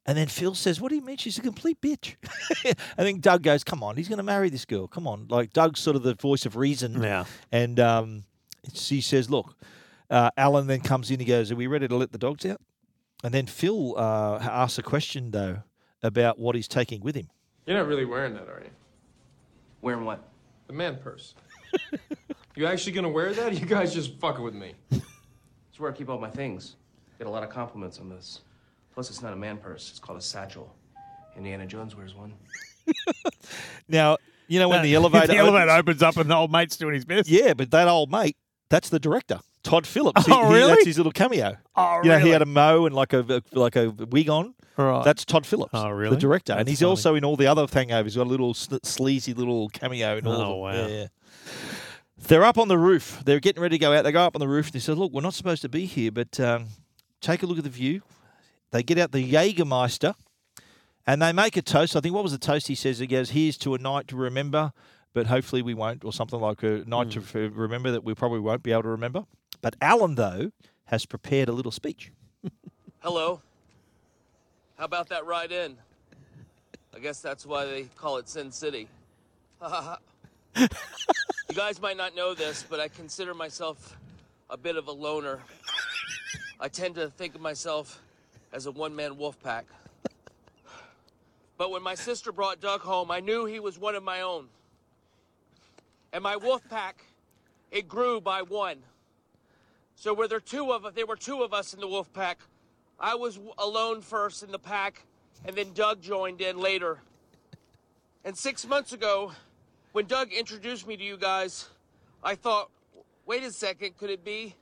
A: And then Phil says, "What do you mean? She's a complete bitch." (laughs) and then Doug goes, "Come on, he's going to marry this girl. Come on." Like Doug's sort of the voice of reason.
B: Yeah.
A: And um, she says, "Look." Uh, Alan then comes in. He goes, "Are we ready to let the dogs out?" And then Phil uh, asks a question though about what he's taking with him.
K: You're not really wearing that, are you?
R: Wearing what?
K: The man purse. (laughs) you actually gonna wear that? You guys just fucking with me.
R: It's where I keep all my things. Get a lot of compliments on this. Plus, it's not a man purse. It's called a satchel. Indiana Jones wears one.
A: Now, you know when the elevator
B: (laughs) the elevator opens up and the old mate's doing his best.
A: Yeah, but that old mate, that's the director, Todd Phillips.
B: Oh, really?
A: that's his little cameo.
B: Oh,
A: you know, he
B: really?
A: had a mo and like a like a wig on.
B: Right.
A: That's Todd Phillips,
B: Oh, really?
A: the director, and
B: That's
A: he's
B: funny.
A: also in all the other hangovers. He's got a little sn- sleazy little cameo in all.
B: Oh,
A: of them.
B: wow.
A: Yeah, yeah. They're up on the roof. They're getting ready to go out. They go up on the roof and they say, "Look, we're not supposed to be here, but um, take a look at the view." They get out the Jägermeister and they make a toast. I think what was the toast? He says he goes, "Here's to a night to remember, but hopefully we won't," or something like a night to
B: Hmm.
A: f- remember that we probably won't be able to remember. But Alan though has prepared a little speech.
P: Hello. How about that ride in? I guess that's why they call it Sin City. you guys might not know this, but I consider myself a bit of a loner. I tend to think of myself as a one man wolf pack. But when my sister brought Doug home, I knew he was one of my own. And my wolf pack, it grew by one. So were there two of there were two of us in the wolf pack. I was w- alone first in the pack, and then Doug joined in later. And six months ago, when Doug introduced me to you guys, I thought, wait a second, could it be?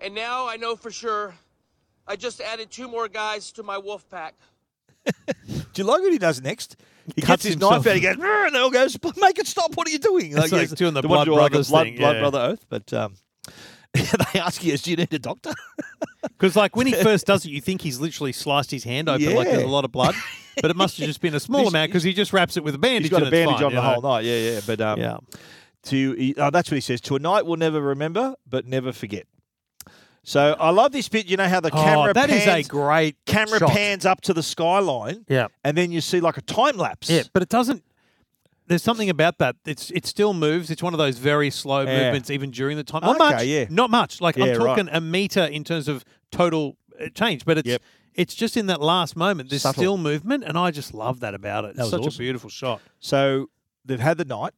P: And now I know for sure. I just added two more guys to my wolf pack.
A: Do you like what he does next? He
B: Cuts
A: cuts his
B: himself.
A: knife out. He goes, "Rrr," and they all goes, "But "Make it stop! What are you doing?"
B: It's like
A: yes,
B: doing the
A: one
B: Blood
A: to do like a
B: Brothers
A: blood,
B: thing,
A: blood
B: yeah.
A: brother oath. But um, (laughs) they ask you, "Do you need a
B: (laughs)
A: doctor?"
B: Because like
A: (laughs)
B: when he first does it, you think he's literally sliced his hand open like there's a
A: Yeah.
B: lot of blood, but it must have just been a small
A: He's-
B: amount because he just wraps it with a bandage.
A: He's got
B: and
A: a
B: it's
A: bandage
B: fine,
A: on
B: you
A: the
B: know.
A: whole night. Yeah, yeah. But um,
B: Yeah.
A: to he- oh, that's what he says. To a night we'll never remember, but never forget. So I love this bit. You know how the
B: Oh,
A: camera
B: that is
A: pans,
B: a great
A: camera
B: shot.
A: pans up to the skyline.
B: Yeah.
A: and then you see like a time lapse.
B: Yeah, but it doesn't. There's something about that. It's it still moves. It's one of those very slow
A: Yeah.
B: movements, even during the time. Not
A: Okay,
B: much.
A: yeah.
B: Not much. Like
A: Yeah,
B: I'm
A: right.
B: talking a meter in terms of total uh, change, but it's it's just in that last moment. There's
A: Subtle.
B: still movement, and I just love that about it.
A: That was
B: Such
A: awesome.
B: a beautiful shot.
A: So they've had the night.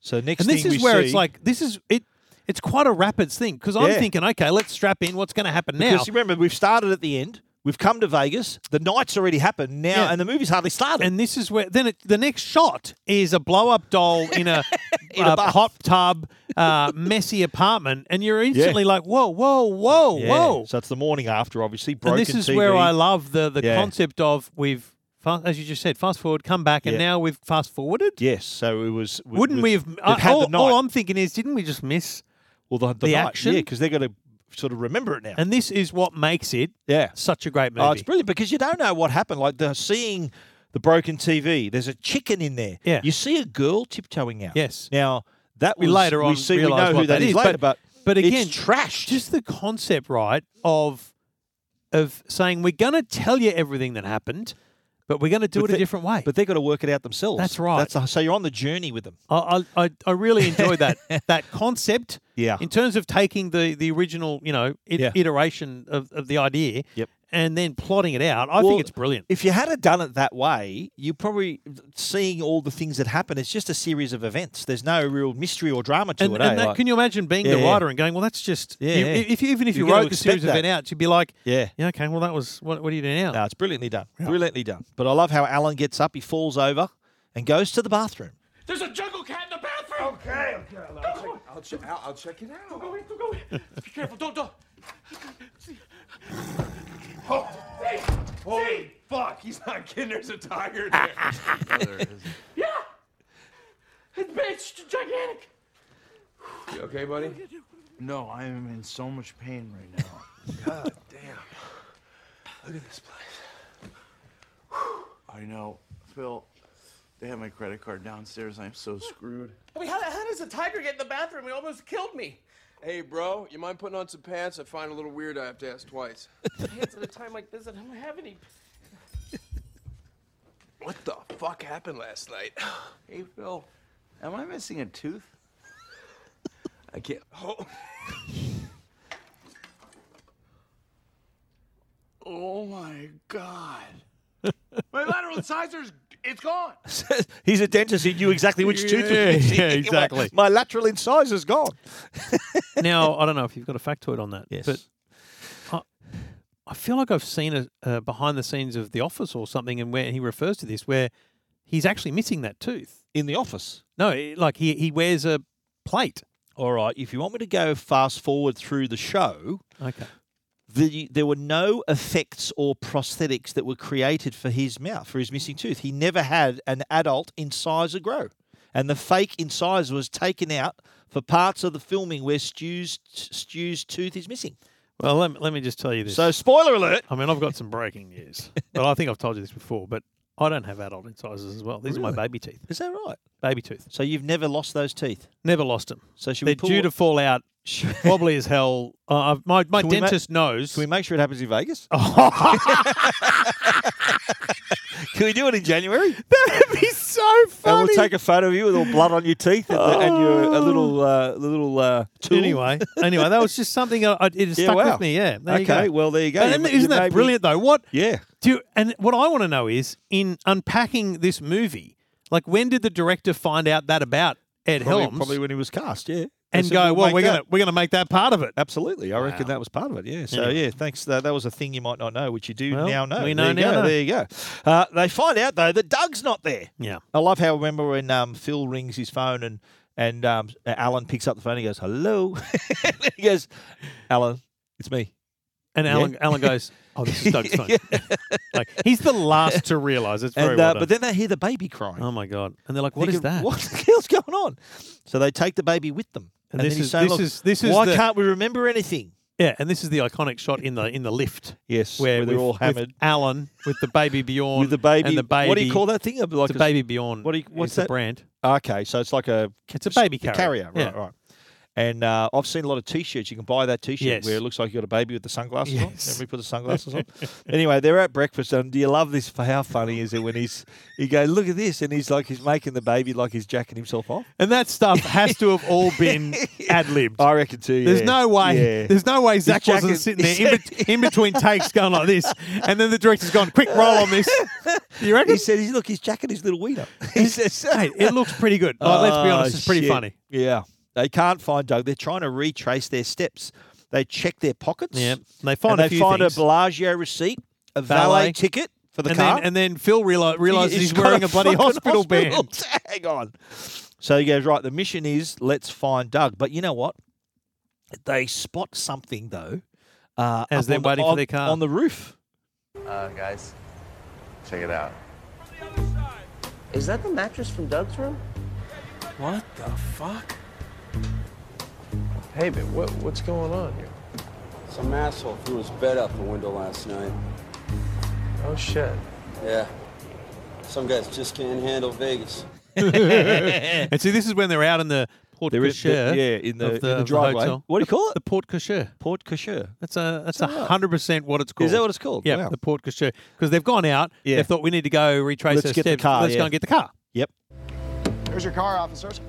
A: So next
B: and this
A: thing
B: is
A: we
B: where it's
A: see-
B: like this is it. It's quite a rapids thing because I'm
A: Yeah.
B: thinking, okay, let's strap in. What's going to happen now?
A: Because remember, we've started at the end. We've come to Vegas. The night's already happened now,
B: Yeah.
A: and the movie's hardly started.
B: and this is where then it, the next shot is a blow up doll in a,
A: (laughs) In a
B: uh,
A: bath.
B: hot tub, uh, messy apartment, and you're instantly like, whoa, whoa, whoa,
A: Yeah.
B: whoa.
A: So it's the morning after, obviously. Broken
B: and this is
A: TV.
B: where I love the the
A: Yeah.
B: concept of we've fa- as you just said, fast forward, come back, and
A: Yeah.
B: now we've fast forwarded.
A: Yes, so it was.
B: Wouldn't we have?
A: they've
B: I-
A: had
B: all,
A: the night.
B: all I'm thinking is, didn't we just miss?
A: well, the, the
B: the
A: night,
B: action?
A: yeah, because they're going to sort of remember it now.
B: And this is what makes it
A: yeah,
B: such a great movie.
A: oh, it's brilliant because you don't know what happened. Like the seeing the broken TV. There's a chicken in there.
B: Yeah.
A: you see a girl tiptoeing out.
B: Yes.
A: Now that
B: we
A: was-
B: later on
A: we see we
B: realise
A: know
B: what
A: who that is later, but.
B: But
A: It's
B: again,
A: trash.
B: Just the concept, right, of of saying we're going to tell you everything that happened, but we're going to do
A: But
B: it
A: they-
B: a different way.
A: But they've got to work it out themselves.
B: That's right.
A: That's the- so you're on the journey with them.
B: I, I, I- I really
A: (laughs)
B: enjoyed that that concept.
A: Yeah.
B: In terms of taking the the original, you know, it,
A: Yeah.
B: iteration of, of the idea.
A: Yep.
B: And then plotting it out. I
A: Well,
B: think it's brilliant.
A: If you had have done it that way, you probably seeing all the things that happen. It's just a series of events. There's no real mystery or drama to
B: And,
A: it.
B: and
A: eh?
B: that,
A: Like-
B: can you imagine being
A: Yeah,
B: the
A: yeah.
B: writer and going, well, that's just
A: Yeah,
B: you-
A: yeah.
B: if you, even if
A: You're
B: you
A: gonna
B: wrote the series
A: expect
B: of event
A: that.
B: out, you'd be like,
A: Yeah.
B: yeah, okay, well, that was what, what do you do now?
A: No, it's brilliantly done. Brilliantly done. But I love how Alan gets up, he falls over, and goes to the bathroom. (laughs)
K: There's a jungle cat in the bathroom. Okay, okay. I'll check, I'll check, I'll, I'll check it out. Don't go in. Don't go in. Be careful. Don't. Don't. Oh, see, Holy fuck! He's not kidding. There's a tiger there. yeah. It's, it's gigantic. You okay, buddy?
S: No, I am in so much pain
D: (laughs)
S: right now.
K: God damn. Look at this place.
S: I know. Phil, they have my credit card downstairs. I am so screwed.
K: Wait, how, how does a tiger get in the bathroom? He almost killed me. Hey, bro, you mind putting on some pants? I find it a little weird I have to ask twice. pants at a time like this, I don't have any. What the fuck happened last night? (sighs)
S: Hey, Phil, am I missing a tooth?
K: I can't. Oh.
S: Oh my god. my lateral incisors, it's gone.
A: He's a dentist. He knew exactly which tooth
B: Yeah,
A: was missing. (laughs)
B: yeah, exactly.
A: My lateral incisors gone.
B: now I don't know if you've got a factoid on that.
A: Yes.
B: But I, I feel like I've seen a, uh behind the scenes of The Office or something, and where he refers to this, where he's actually missing that tooth.
A: In the office.
B: No, it- like he he wears a plate.
A: All right. If you want me to go fast forward through the show,
B: Okay.
A: the, there were no effects or prosthetics that were created for his mouth, for his missing tooth. He never had an adult incisor grow. And the fake incisor was taken out for parts of the filming where Stu's, Stu's tooth is missing.
B: Well, let me, let me just tell you this.
A: So, spoiler alert.
B: I mean, I've got some
A: (laughs)
B: breaking news. well, I think I've told you this before, but I don't have adult incisors as well. These are my
A: Really?
B: baby teeth.
A: Is that right?
B: Baby tooth.
A: So you've never lost those teeth?
B: Never lost them.
A: So should
B: They're
A: we pull-
B: due to
A: (laughs)
B: fall out. Wobbly as hell. Uh, I've- my my
A: Can we ma-
B: dentist knows.
A: Can we make sure it happens in
B: (laughs)
A: Vegas? (laughs) Can we do it in January?
B: (laughs) That'd be so funny.
A: And we'll take a photo of you with all blood on your teeth and, and your a little uh, little uh, tool.
B: Anyway, anyway, that was just something I, I-
A: (laughs)
B: it
A: Yeah,
B: stuck
A: wow.
B: with me. Yeah. there you
A: Okay,
B: go.
A: well, there you go.
B: And
A: You-
B: isn't
A: you
B: that
A: made me-
B: brilliant though? What?
A: Yeah.
B: Do you- and what I want to know is in unpacking this movie, like when did the director find out that about Ed
A: probably,
B: Helms
A: probably when he was cast, yeah. They
B: and
A: said,
B: go, well,
A: make
B: we're
A: that."
B: gonna we're gonna make that part of it.
A: absolutely. I reckon that was part of it. Yeah. So yeah, thanks. That, that was a thing you might not know, which you do
B: Well,
A: now know.
B: we
A: there you
B: know now
A: Go.
B: know.
A: There you go. Uh, they find out though that Doug's not there.
B: Yeah.
A: I love how remember when um, Phil rings his phone and and um, Alan picks up the phone. and He goes, "Hello." (laughs) he goes, "Alan, it's me."
B: And
A: Yeah.
B: Alan Alan goes, oh,
A: (laughs)
B: this is Doug's phone. (laughs) like he's the last to realise it's very
A: And,
B: well
A: uh, but
B: done.
A: then they hear the baby crying.
B: Oh my god! And they're like, what is
A: Thinking,
B: that?
A: What the hell's going on? So they take the baby with them.
B: And
A: then
B: this
A: he's
B: is-
A: saying,
B: this
A: "Look,
B: is- this is
A: why
B: the-
A: can't we remember anything?
B: Yeah, and this is the iconic shot in the in the lift.
A: Yes,
B: where
A: where they're
B: with-
A: all
B: with
A: hammered.
B: Alan with the baby Bjorn,
A: With the baby,
B: and the baby.
A: what do you call that thing? Like
B: It's a
A: a-
B: baby Bjorn.
A: What do you, what's
B: is
A: that
B: the brand?
A: Okay, so it's like a
B: It's a baby
A: the carrier,
B: carrier.
A: right?
B: Yeah.
A: Right. And uh, I've seen a lot of T-shirts. You can buy that T-shirt
B: Yes.
A: where it looks like you got a baby with the sunglasses on.
B: Yes.
A: Everybody put the sunglasses on. (laughs) Anyway, they're at breakfast, and do you love this? How funny is it when he's he goes, "Look at this," and he's like he's making the baby like he's jacking himself off.
B: And that stuff has to have all
A: (laughs)
B: been ad libbed.
A: I reckon too.
B: There's
A: Oh, yeah.
B: no way.
A: Yeah.
B: There's no way
A: He's
B: Zach wasn't
A: jacking-
B: sitting
A: (laughs)
B: there in, bet- in between takes, going like this, and then the director's gone, "Quick roll
A: (laughs)
B: on this." You reckon?
A: He said, he's, "Look, he's jacking his little wiener." (laughs) He says,
B: Hey, it looks pretty good. Like, let's be
A: Oh,
B: honest, it's pretty
A: shit.
B: funny.
A: Yeah. They can't find Doug. They're trying to retrace their steps. They check their pockets.
B: Yeah. They find
A: and
B: a
A: they
B: few
A: find
B: things.
A: a Bellagio receipt, a valet,
B: Valet.
A: ticket for the
B: and
A: car.
B: Then, and then Phil reali- realizes he's,
A: He's got
B: wearing a bloody
A: fucking
B: hospital,
A: (laughs)
B: band.
A: tag on. So he goes, right, the mission is let's find Doug. But you know what? They spot something, though. Uh,
B: As
A: up
B: they're
A: on the-
B: waiting for
A: on-
B: their car.
A: On the roof.
N: Uh, guys, check it out.
D: Is that the mattress from Doug's room?
K: What the fuck?
S: Hey, but what, what's going on here?
T: Some asshole threw his bed out the window last night.
S: Oh shit.
T: Yeah. Some guys just can't handle Vegas.
B: and see, this is when they're out in the Port
A: There is-
B: Cochere.
A: yeah, in the-
B: of
A: in the
B: of
A: driveway.
B: hotel.
A: What do you call it?
B: The Port Cochere.
A: Port Cochere.
B: That's a that's
A: Is
B: a
A: that right?
B: hundred percent what it's called.
A: Is that what it's called?
B: Yeah,
A: Wow.
B: the Port Cochere. Because they've gone out.
A: Yeah.
B: They thought we need to go retrace
A: Let's
B: our
A: get the
B: steps.
A: car,
B: Let's
A: yeah.
B: go and get the car.
A: Yep.
U: Here's your car, officers.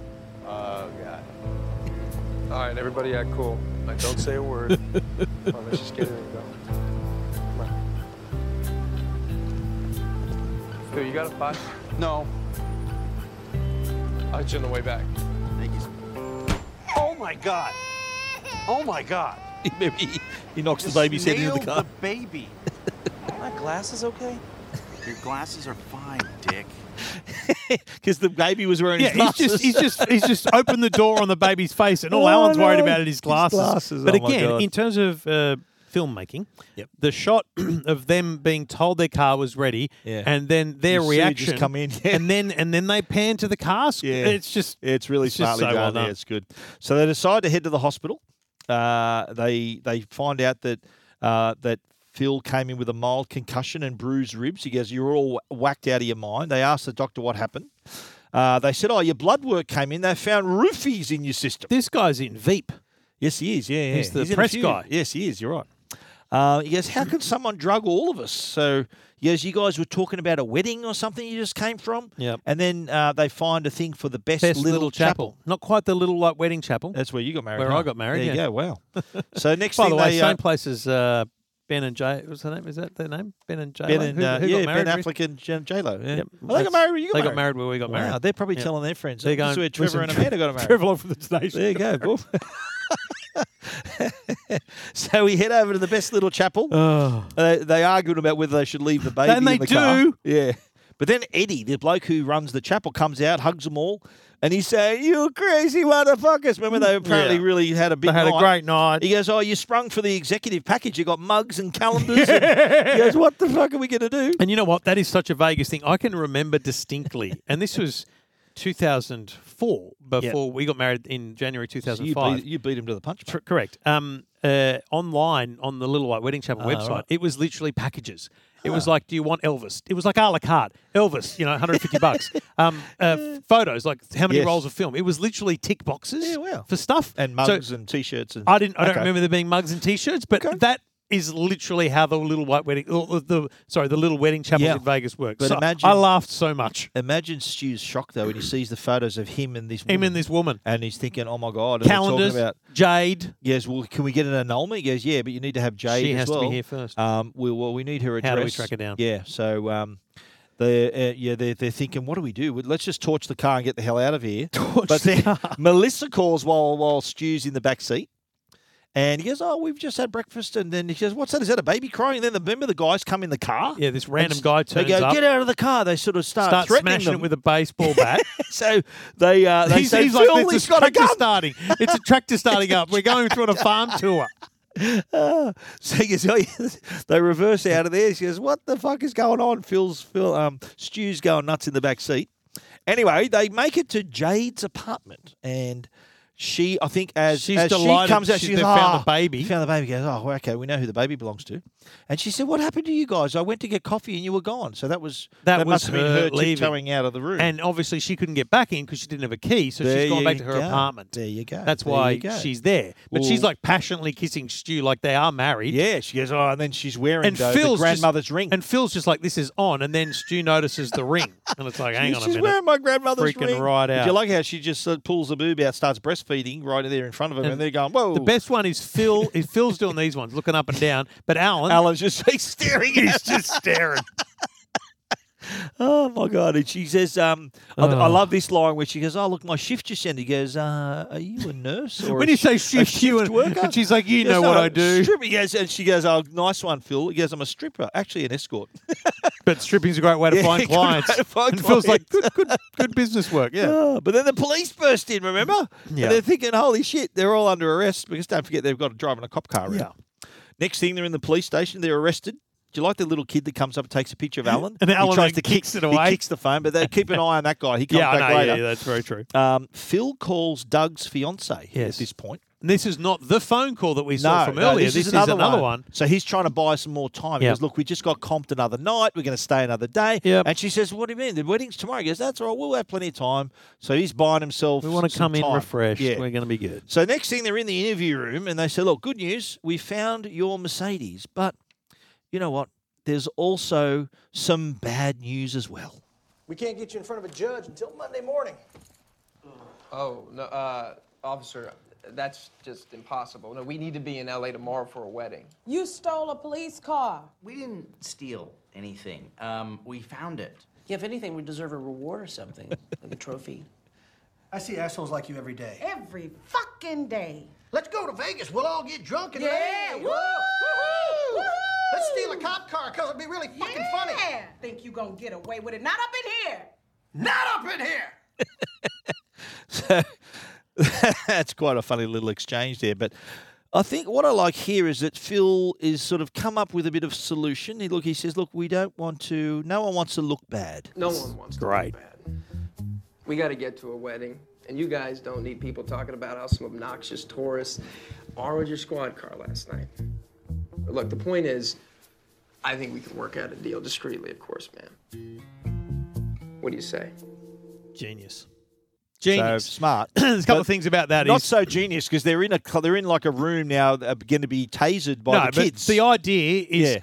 V: Oh, God. All right, everybody act cool. Like, don't say a word. Come on, let's just get it and go. Come on. Dude, you got a pot? No. I'll hit you on the way back. Thank you.
W: Oh my god. Oh my god.
A: (laughs) Maybe he, he knocks
W: Just
A: the baby's head into
W: nailed
A: the car.
W: baby. Are my glasses okay?
N: Your glasses are fine, Dick.
A: Because the baby was wearing
B: Yeah,
A: (laughs) his
B: he's
A: glasses.
B: just he's just he's just opened the door on the baby's face, and all
A: Oh,
B: Alan's worried
A: no.
B: about is his
A: His
B: glasses.
A: glasses,
B: But
A: oh my
B: again,
A: God.
B: in terms of uh, filmmaking, the shot (clears throat) of them being told their car was ready,
A: Yeah.
B: and then their
A: You see it just
B: reaction
A: come in, (laughs)
B: and then and then they pan to the car.
A: (laughs)
B: sc-
A: Yeah.
B: It's just
A: It's really
B: it's just
A: smartly
B: so
A: done.
B: well
A: Yeah,
B: done.
A: it's good. So they decide to head to the hospital. Uh, they they find out that uh, that Phil came in with a mild concussion and bruised ribs. He goes, "You're all whacked out of your mind." They asked the doctor what happened. Uh, they said, "Oh, your blood work came in. They found roofies in your system."
B: This guy's in Veep.
A: Yes, he is. Yeah, yeah.
B: He's the
A: in a
B: press
A: few.
B: guy.
A: Yes, he is. You're right. Uh, he goes, "How could someone drug all of us?" So he goes, "You guys were talking about a wedding or something you just came from."
B: Yep.
A: And then uh, they find a thing for the best,
B: Best
A: little, chapel.
B: not quite the little like wedding chapel.
A: That's where you got married.
B: Where
A: huh?
B: I got married.
A: There
B: yeah.
A: you go. Wow.
B: (laughs)
A: So next
B: By
A: thing
B: the way,
A: they, uh,
B: same place as uh, Ben and Jay. What's her name? Is that their name? Ben and Jay.
A: Ben and
B: who,
A: uh,
B: who
A: yeah,
B: got married?
A: Ben Affleck and Jen J Lo. Yeah.
B: Yep.
A: Well, they got
B: That's-
A: married. where You got
B: they
A: married.
B: got married where we got
A: Wow,
B: married.
A: they're probably
B: Yeah.
A: telling their friends.
B: They're
A: This is
B: going,
A: where Trevor
B: "Listen,
A: and Amanda got
B: (laughs)
A: married.
B: Trevor off the station.
A: There you go, Bob. (laughs) so we head over to the best little chapel.
B: Oh.
A: They, they argued about whether they should leave the baby
B: And they
A: in the car.
B: do.
A: Yeah. But then Eddie, the bloke who runs the chapel, comes out, hugs them all, and he's saying, "You crazy motherfuckers!" Remember they apparently
B: Yeah.
A: really had a big.
B: (laughs) They had a
A: night.
B: great night.
A: He goes, "Oh, you sprung for the executive package. You got mugs and calendars."
B: (laughs)
A: and he goes, "What the fuck are we going to do?"
B: And you know what? That is such a Vegas thing. I can remember distinctly, and this was
A: (laughs)
B: 2004 before we got married in January
A: So you,
B: 2005.
A: beat, you beat him to the punch. bowl.
B: Tr- Correct. Um, uh, online on the Little White Wedding Chapel
A: Ah,
B: website,
A: right. Ah.
B: it was literally packages. It was like, do you want Elvis? It was like a la carte. Elvis, you know,
A: (laughs)
B: 150 bucks. Um, uh, f- photos, like how many
A: Yes.
B: rolls of film? It was literally tick boxes for stuff
A: And mugs and t-shirts and
B: I didn't. I don't
A: Okay.
B: remember there being mugs and t-shirts, but that is literally how the little white wedding, or the sorry, the little wedding chapel
A: Yeah.
B: in Vegas works.
A: But
B: So
A: imagine-
B: I laughed so much.
A: Imagine Stu's shock though when he sees the photos of him and this
B: Him and this woman,
A: and he's thinking, "Oh my god!" and they're talking
B: calendars,
A: about
B: jade.
A: Yes, well, can we get an annulment? He goes, yeah, but you need to have Jade
B: She
A: as
B: has to be
A: well.
B: here first.
A: Um, we, well, we need her address.
B: How do we track her down?
A: Yeah, so um, they uh, yeah they're, they're thinking, what do we do? Well, Let's just torch the car and get the hell out of
B: (laughs)
A: here. Torch but then (laughs) Melissa calls while while Stu's in the back seat. And he goes, oh, we've just had breakfast. And then he says, what's that? Is that a baby crying? And then the, remember the guys come in the car?
B: Yeah, this
A: And
B: random
A: s-
B: guy
A: They
B: turns
A: go,
B: up.
A: get out of the car. They sort of start,
B: Start
A: threatening
B: smashing
A: them. (laughs)
B: it with a baseball bat.
A: so they, uh, they
B: he's
A: say,
B: he's like,
A: Phil,
B: "This
A: he's
B: is
A: got a
B: tractor
A: gun.
B: starting. It's a tractor starting up. We're
A: (laughs)
B: going through on a farm tour.
A: Ah. (laughs) so he goes, oh, yeah. (laughs) they reverse out of there. She goes, "What the fuck is going on?" Phil's Phil, um, Stu's going nuts in the back seat. Anyway, they make it to Jade's apartment, and she, I think, as
B: She's
A: as
B: delighted
A: she comes out,
B: she-
A: she's
B: they found
A: "Ah,
B: the baby."
A: Found the baby. Goes, "Oh, well, okay, we know who the baby belongs to." And she said, "What happened to you guys? I went to get coffee, and you were gone." So that was
B: That, was
A: must have been her
B: leaving.
A: tiptoeing out of the room.
B: and obviously she couldn't get back in because she didn't have a key, so
A: There
B: she's gone back
A: you
B: to her
A: go.
B: apartment.
A: There you go.
B: That's
A: There
B: why
A: you go.
B: she's there. But she's
A: Well-
B: like passionately kissing Stu like they are married.
A: yeah, she goes, "Oh," and then she's wearing
B: and
A: though, the
B: Phil's
A: grandmother's
B: just,
A: ring.
B: And Phil's just like, this is on. And then Stu notices the ring. And
A: (laughs)
B: it's like, hang on a
A: She's
B: minute.
A: wearing my grandmother's
B: Freaking
A: ring.
B: right
A: Do
B: out.
A: you like how she just uh, pulls the boob out, starts breastfeeding right there in front of him, and,
B: And
A: they're going, "Whoa!"
B: the best one is Phil. Is Phil's doing these ones, looking up and down. But Alan,
A: Alan's just (laughs) he's staring. at her.
B: (laughs) he's just
A: (laughs)
B: staring.
A: Oh my god! And she says, um, I, I
B: Oh.
A: love this line where she goes, "Oh look, my shift just ended." He goes, uh, "Are you a nurse?" Or
B: When
A: a
B: you say
A: sh- a
B: shift, you and-
A: worker?"
B: and she's like, "You
A: He
B: know
A: goes,
B: what
A: "No,
B: I do."
A: Stripper. He goes, and she goes, "Oh, nice one, Phil." He goes, "I'm a stripper, actually an escort."
B: But stripping's a great way to
A: Yeah, (laughs)
B: find
A: good
B: clients.
A: way to find
B: and Phil's like,
A: clients.
B: good, good, good business work. Yeah.
A: Oh, but then the police burst in, remember?
B: Yeah.
A: And they're thinking, holy shit, they're all under arrest because don't forget they've got to drive in a cop car. around. Next thing, they're in the police station. They're arrested. Do you like the little kid that comes up and takes a picture of Alan?
B: And Alan
A: he tries to
B: then
A: kick,
B: kicks it away.
A: He kicks the phone, but they keep an eye on
B: (laughs)
A: that guy. He comes
B: yeah, I
A: back
B: know. Yeah,
A: later.
B: yeah, that's very true.
A: Um, Phil calls Doug's fiance at
B: Yes.
A: this point.
B: And this is not the phone call that we
A: No,
B: saw from
A: no,
B: earlier.
A: this is another
B: another,
A: one.
B: one.
A: So he's trying to buy some more time. He
B: Yeah.
A: goes, look, we just got comped another night. We're going to stay another day.
B: Yep.
A: And she says, what do you mean? The wedding's tomorrow. He goes, that's all right. We'll have plenty of time. So he's buying himself
B: We want to
A: some
B: come in
A: time.
B: refreshed.
A: Yeah.
B: We're going to be good.
A: So next thing they're in the interview room and they say, look, good news. We found your Mercedes. But you know what? There's also some bad news as well.
U: We can't get you in front of a judge until Monday morning.
C: Oh, no, uh, officer, that's just impossible. No, we need to be in LA tomorrow for a wedding.
F: You stole a police car.
C: We didn't.
G: steal anything. Um, we found it.
C: Yeah, if anything, we deserve a reward or something, like a trophy.
U: I see assholes like you every day.
F: Every fucking day.
U: Let's go to Vegas. We'll all get drunk and
F: Yeah,
U: rave.
F: woo!
U: Woo!
F: Woo!
U: Let's steal a cop car because it'll be really fucking funny.
F: Yeah. Think you gonna get away with it? Not up in here.
U: Not up in here.
A: So that's quite a funny little exchange there. But I think what I like here is that Phil is sort of come up with a bit of solution. He look, he says, look, we don't want to. No one wants to look bad.
C: No one wants to.
A: Great.
C: We got to get to a wedding, and you guys don't need people talking about how some obnoxious tourists borrowed your squad car last night. But look, the point is, I think we can work out a deal discreetly, of course, man. What do you say?
B: Genius.
A: Genius, (clears throat) smart. There's
B: a couple of things about that
A: Not
B: is-
A: so genius because they're in a cl- they're in like a room now. They're going to be tasered by
B: no,
A: the
B: but
A: kids.
B: the idea is
A: Yeah.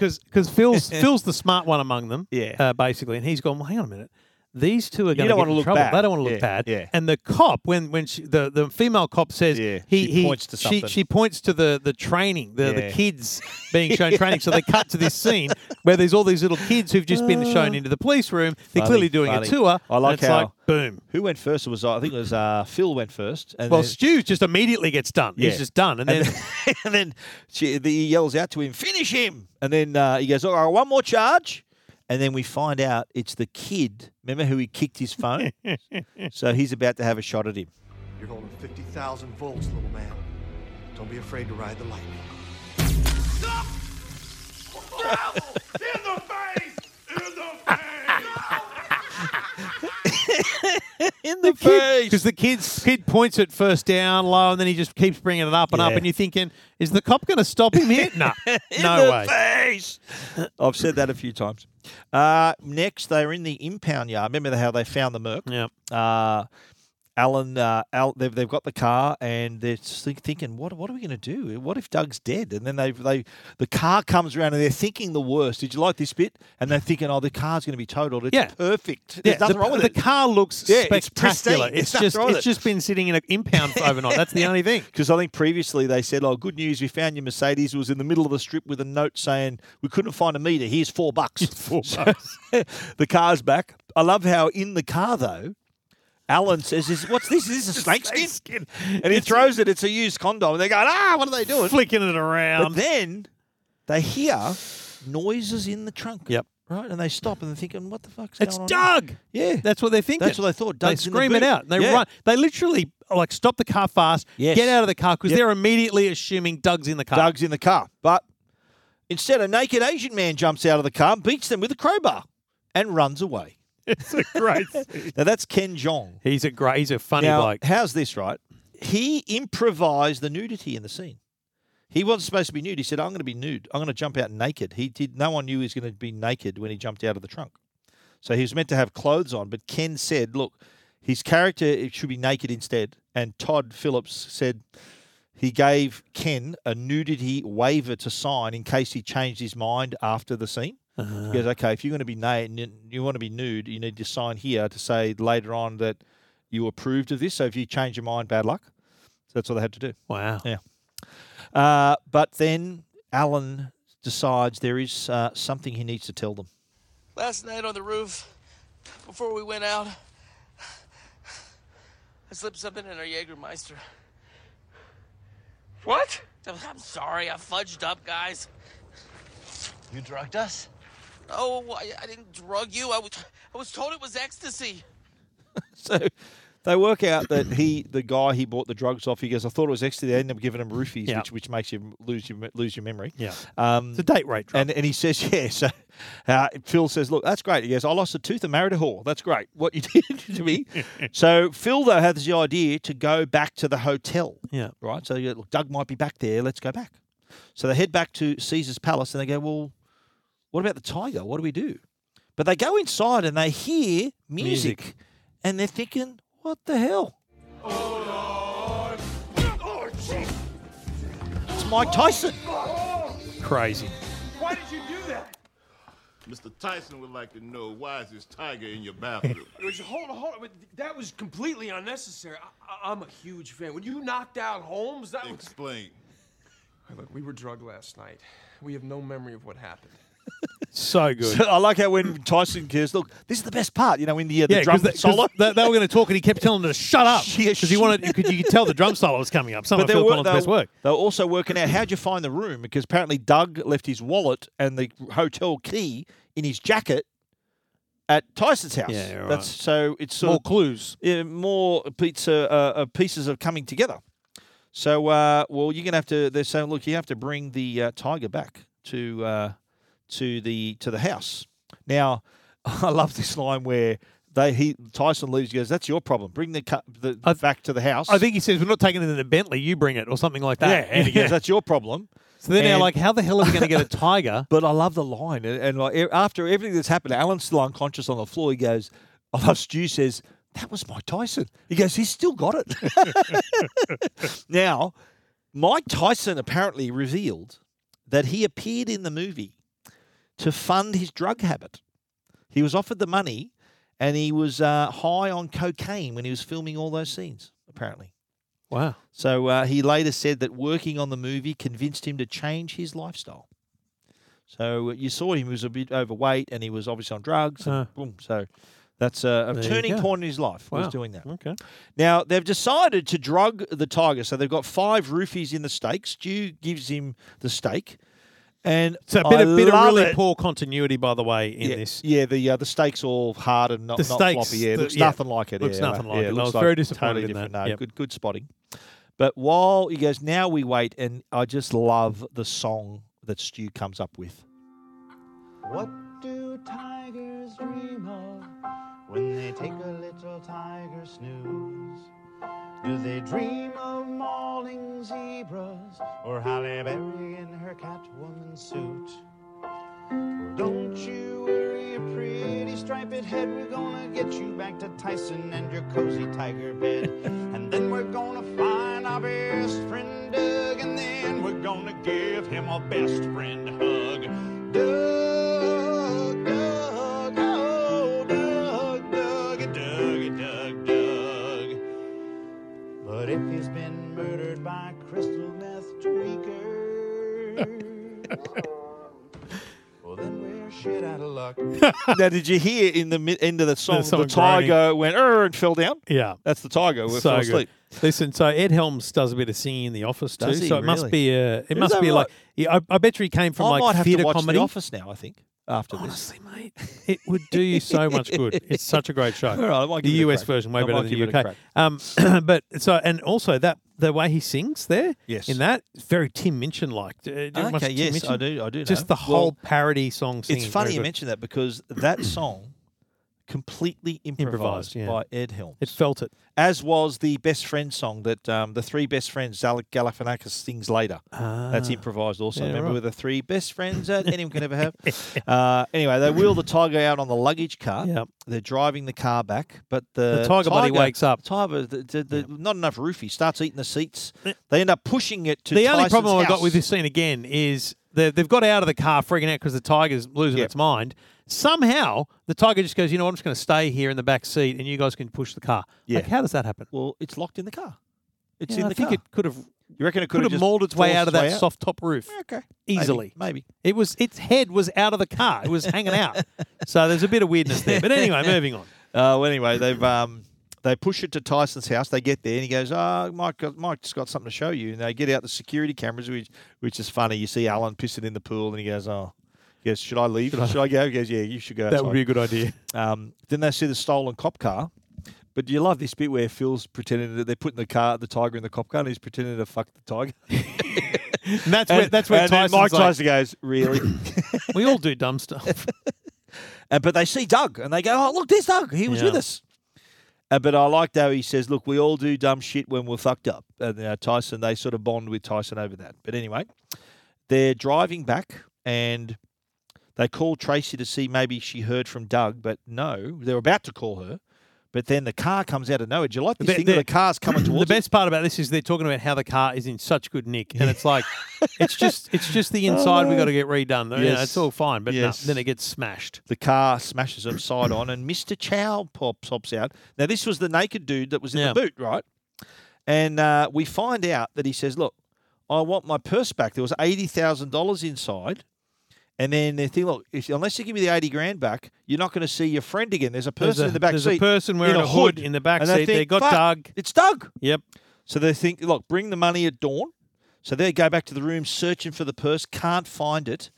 A: (laughs)
B: because Phil's Phil's the smart one among them.
A: Yeah.
B: Uh, basically, and he's gone. Well, hang on a minute. These two are going to
A: don't
B: get
A: wanna
B: in
A: look
B: trouble.
A: bad."
B: They don't want to look
A: Yeah,
B: bad.
A: yeah.
B: And the cop, when when she, the the female cop says, he,
A: she
B: he-
A: points to
B: she,
A: something.
B: she points to the the training, the
A: Yeah.
B: the
A: (laughs)
B: kids being shown training. So they cut to this scene where there's all these little kids who've just been shown into the police room. They're
A: Uh, Funny,
B: clearly doing
A: funny.
B: a tour.
A: I
B: and
A: like
B: it's
A: how
B: like, boom.
A: Who went first? It was I think it was uh, Phil went first. And
B: well,
A: then-
B: Stu just immediately gets done.
A: Yeah.
B: He's just done, and,
A: And
B: then
A: (laughs) and then she, the, he yells out to him, "Finish him!" And then uh, he goes, "All right, one more charge." And then we find out it's the kid. Remember who he kicked his phone? so he's about to have a shot at him.
X: You're holding 50,000 volts, little man. Don't be afraid to ride the lightning.
S: In the face! In the face!
A: in
B: the, face. Because the kid's kid points it first down low, and then he just keeps bringing it up and up,
A: Yeah.
B: and you're thinking, is the cop going to stop
A: (laughs)
B: him here? (laughs) no, no
A: the
B: way.
A: face. (laughs) I've said that a few times. Uh, next, they're in the impound yard. Remember how they found the Merc?
B: Yeah.
A: Uh, Alan, uh, Al, they've, they've got the car and they're just think, thinking, what, what are we going to do? What if Doug's dead? And then they they the car comes around and they're thinking the worst. Did you like this bit? And they're thinking, oh, the car's going to be totaled. It's
B: Yeah.
A: perfect.
B: Yeah,
A: There's nothing
B: the,
A: wrong with
B: the
A: it.
B: car looks
A: Yeah, it's
B: spectacular.
A: pristine.
B: It's,
A: There's nothing
B: just
A: wrong with
B: it's
A: it.
B: just been sitting in an (laughs) impound for overnight. That's the only thing.
A: Because I think previously they said, "Oh, good news! We found your Mercedes. It was in the middle of the strip with a note saying we couldn't find a meter. Here's four bucks. (laughs) four bucks. the car's back. I love how in the car though, Alan says, "Is what's this? Is this a snake skin?" And he throws it. It's a used condom. And they go, "Ah, what are they doing?
B: Flicking it around."
A: But then they hear noises in the trunk.
B: Yep.
A: Right, and they stop and they're thinking, "What the fuck's
B: It's
A: going on?"
B: Doug.
A: Yeah,
B: that's what they think.
A: That's what they thought. Doug's
B: they
A: in the
B: scream it
A: boot.
B: out. And they
A: Yeah.
B: run. They literally like stop the car fast.
A: Yes.
B: Get out of the car because
A: Yep.
B: they're immediately assuming Doug's in the car.
A: Doug's in the car. But instead, a naked Asian man jumps out of the car, beats them with a crowbar, and runs away.
B: It's a great.
A: now that's Ken Jong.
B: (laughs) He's a great. He's a funny
A: now, (laughs)
B: bloke.
A: How's this, right? He improvised the nudity in the scene. He wasn't supposed to be nude. He said, "I'm going to be nude. I'm going to jump out naked." He did. No one knew he was going to be naked when he jumped out of the trunk. So he was meant to have clothes on, but Ken said, "Look, his character it should be naked instead." And Todd Phillips said he gave Ken a nudity waiver to sign in case he changed his mind after the scene. He goes, "Okay, if you're going to be naked, you want to be nude, you need to sign here to say later on that you approved of this. So if you change your mind, bad luck." So that's what they had to do.
B: Wow.
A: Yeah. Uh, but then Alan decides there is uh, something he needs to tell them. (laughs)
P: Last night on the roof, before we went out, I slipped something in our Jägermeister. What? I'm sorry, I fudged up, guys.
C: You drugged us?
P: Oh, I, I didn't drug you. I was, I was told it was ecstasy.
A: So They work out that he, the guy he bought the drugs off, he goes, I thought it was ecstasy. They end up giving him roofies,
B: Yeah.
A: which, which makes you lose your lose your memory.
B: Yeah.
A: um, it's a
B: date rate
A: And and he says, (laughs) yeah. So uh, Phil says, look, that's great. He goes, I lost a tooth and married a whore. That's great. What you (laughs) did to
B: (laughs)
A: me. so Phil though has the idea to go back to the hotel.
B: Yeah.
A: Right. So you go, look, Doug might be back there. Let's go back. So they head back to Caesar's palace and they go, well, what about the tiger? What do we do? But they go inside and they hear music, and they're thinking, what the hell?
K: Oh,
A: It's Mike Tyson. (laughs)
B: Crazy.
E: Why did you do that? Mr. Tyson would like to know why is this tiger in your
S: (laughs)
E: bathroom?
K: It was- Hold on, hold on. but That was completely unnecessary. I- I, I'm a huge fan. When you knocked out Holmes, that was.
E: Explain.
K: Look, we were drugged last night. We have no memory of what happened.
B: So good.
A: So I like how when Tyson goes, look, this is the best part, you know, in the, uh, the
B: yeah,
A: drum
B: 'cause they- 'cause
A: solo.
B: They, they were going to talk, and he kept telling them to
A: (laughs)
B: shut up because he wanted. Because you could tell the drum solo was coming up. Some of
A: they
B: Phil
A: were-
B: Collins'
A: they
B: best
A: were-
B: work.
A: They were also working out how'd you find the room because apparently Doug left his wallet and the hotel key in his jacket at Tyson's house.
B: Yeah, right.
A: That's so it's sort
B: More
A: of,
B: clues.
A: Yeah, more pizza uh, uh, pieces are coming together. So uh, well, you're gonna have to. They're saying, look, you have to bring the uh, tiger back to uh, to the to the house. Now, (laughs) I love this line where. They, he Tyson leaves. Goes. That's your problem. Bring the, cu- the back to the house.
B: I think he says, "We're not taking it in the Bentley. You bring it, or something like that."
A: Yeah, and he goes, "That's your problem."
B: So then they're
A: And-
B: like, "How the hell are we going to get
A: (laughs)
B: a tiger?"
A: But I love the line, and, and like e- after everything that's happened, Alan's still unconscious on the floor. He goes, "I love." Stu says, "That was Mike Tyson." He goes, "He's still got it." (laughs) now, Mike Tyson apparently revealed that he appeared in the movie to fund his drug habit. He was offered the money, and he was uh, high on cocaine when he was filming all those scenes. Apparently.
B: Wow.
A: So uh, he later said that working on the movie convinced him to change his lifestyle. So uh, you saw him he was a bit overweight and he was obviously on drugs. And
B: Huh.
A: boom. So that's uh, a,
B: There
A: a
B: you
A: turning
B: go.
A: point in his life.
B: Wow. Hmm.
A: Was doing that.
B: Okay.
A: Now they've decided to drug the tiger. So they've got five roofies in the steak. Stu gives him the steak, and
B: So a bit,
A: I
B: of, bit of
A: love
B: really
A: it.
B: poor continuity, by the way, in
A: yeah,
B: this.
A: Yeah, the uh, the steaks all hard and not,
B: The
A: not
B: steaks,
A: floppy. Yeah,
B: the-
A: looks
B: yeah,
A: nothing like it.
B: looks
A: yeah,
B: nothing like
A: yeah,
B: it. I
A: looks
B: was very
A: totally
B: disappointed in
A: different.
B: that.
A: No,
B: Yep.
A: good good spotting. But while he goes, now we wait, and I just love the song that Stu comes up
B: (laughs)
A: with.
G: What do tigers dream of when they take a little tiger snooze? Do they dream of mauling zebras or Halle Berry in her Catwoman suit? Well, don't you worry, your pretty striped head. We're gonna get you back to Tyson and your cozy tiger bed. and then we're gonna find our best friend Doug. And then we're gonna give him a best friend hug. Doug, Doug, oh, Doug, Doug, Doug, Doug, Doug. But if he's been murdered by crystal meth tweakers, well, then we're shit out of luck.
A: now, did you hear in the mid- end of the song the
B: someone
A: tiger
B: groaning.
A: went "Err," and fell down?
B: Yeah.
A: that's the tiger. who
B: So
A: fell
B: good.
A: asleep.
B: Listen, so Ed Helms does a bit of singing in the office too,
A: Does he
B: so it must
A: really?
B: be a, it
A: Is
B: must
A: that
B: be
A: right?
B: like, yeah, I, I bet you he came from
A: I
B: like
A: might have
B: theater
A: to watch
B: comedy. Oh,
A: The Office now. I think after
B: this, mate, (laughs) it would do you so much good. It's such a great
A: (laughs)
B: show.
A: All right, I might give
B: the
A: it a
B: US
A: crack.
B: version way
A: I
B: better
A: might
B: than
A: give
B: the
A: it a
B: UK. Um, (clears throat) but so and also that the way he sings there,
A: Yes.
B: in that it's very Tim Uh, Minchin like.
A: Okay, yes, I do- I do
B: Just
A: know.
B: the
A: Well,
B: whole parody song. Singing,
A: It's funny
B: very
A: you
B: good.
A: mention that because
B: (clears throat)
A: that song completely improvised,
B: Improvised, yeah.
A: by Ed Helms.
B: It felt it.
A: As was the best friend song that um, the three best friends Zalak Galifianakis sings later. That's
B: Ah.
A: improvised also.
B: Yeah,
A: Remember,
B: right.
A: we're the three best friends that anyone could ever
B: (laughs)
A: have. Uh, anyway, they wheel the tiger out on the luggage car. They're driving the car back, but the,
B: The tiger buddy wakes up.
A: Tiger, the, the, the, not enough roofie starts eating the seats. They end up pushing it to
B: Eh. the only
A: Tyson's
B: problem I've got
A: house.
B: with this scene again is they- they've got out of the car freaking out because the tiger's losing its mind. Somehow the tiger just goes, you know, what, I'm just going to stay here in the back seat, and you guys can push the car.
A: Yeah.
B: Like, how does that happen?
A: Well, it's locked in the car. It's
B: Yeah,
A: in
B: I
A: the
B: think
A: car.
B: it could have.
A: You reckon it could
B: have
A: just
B: mauled its way
A: forced
B: out of
A: its
B: that
A: way out?
B: soft top roof?
A: Okay, Maybe,
B: easily.
A: maybe.
B: it was. Its head was out of the car. It was
A: (laughs)
B: hanging out. So there's a bit of weirdness there. But anyway, moving on.
A: Uh, well, anyway, they've um, they push it to Tyson's house. They get there, and he goes, "Oh, Mike, got, Mike's got something to show you." And they get out the security cameras, which which is funny. You see Alan pissing in the pool, and he goes, "Oh." He goes, should I leave? Should I, go? He goes, yeah, you should go.
B: That would
A: outside."
B: be a good idea.
A: Um, then they see the stolen cop car, But do you love this bit where Phil's pretending that they're putting the car, the tiger in the cop car, and he's pretending to fuck the tiger?
B: And
A: (laughs)
B: that's where- that's where
A: and then
B: Tyson's
A: Mike
B: like-
A: Tyson goes, (clears throat) really?
B: we all do
A: (laughs)
B: dumb stuff.
A: Uh, but they see Doug and they go, oh, look, there's Doug. He was
B: Yeah.
A: with us. Uh, but I liked how he says, look, we all do dumb shit when we're fucked up. And uh, Tyson, they sort of bond with Tyson over that. But anyway, they're driving back and they call Tracy to see maybe she heard from Doug, but no, they're about to call her. But then the car comes out of nowhere. Do you like this
B: They-
A: thing? where
B: they-
A: The car's coming
B: The
A: towards.
B: best part about this is they're talking about how the car is in such good nick, and
A: (laughs)
B: it's like, it's just it's just the inside we
A: no.
B: got to get redone. You know,
A: Oh. Yes.
B: it's all fine, but no,
A: Yes.
B: then it gets smashed.
A: The car smashes them side on, and Mr. Chow pops, pops out. Now, this was the naked dude that was in
B: Yeah.
A: the boot, right? And uh, we find out that he says, Look, I want my purse back. There was $80,000 inside. And then they think, Look, if, unless you give me the 80 grand back, you're not going to see your friend again. There's a
B: There's
A: person
B: a-
A: in the back
B: there's a
A: seat.
B: person wearing
A: in
B: a hood in the back
A: and they
B: seat. They
A: think,
B: got
A: "Fuck,
B: Doug."
A: It's Doug.
B: Yep.
A: So they think, Look, bring the money at dawn. So they go back to the room searching for the purse, can't find it.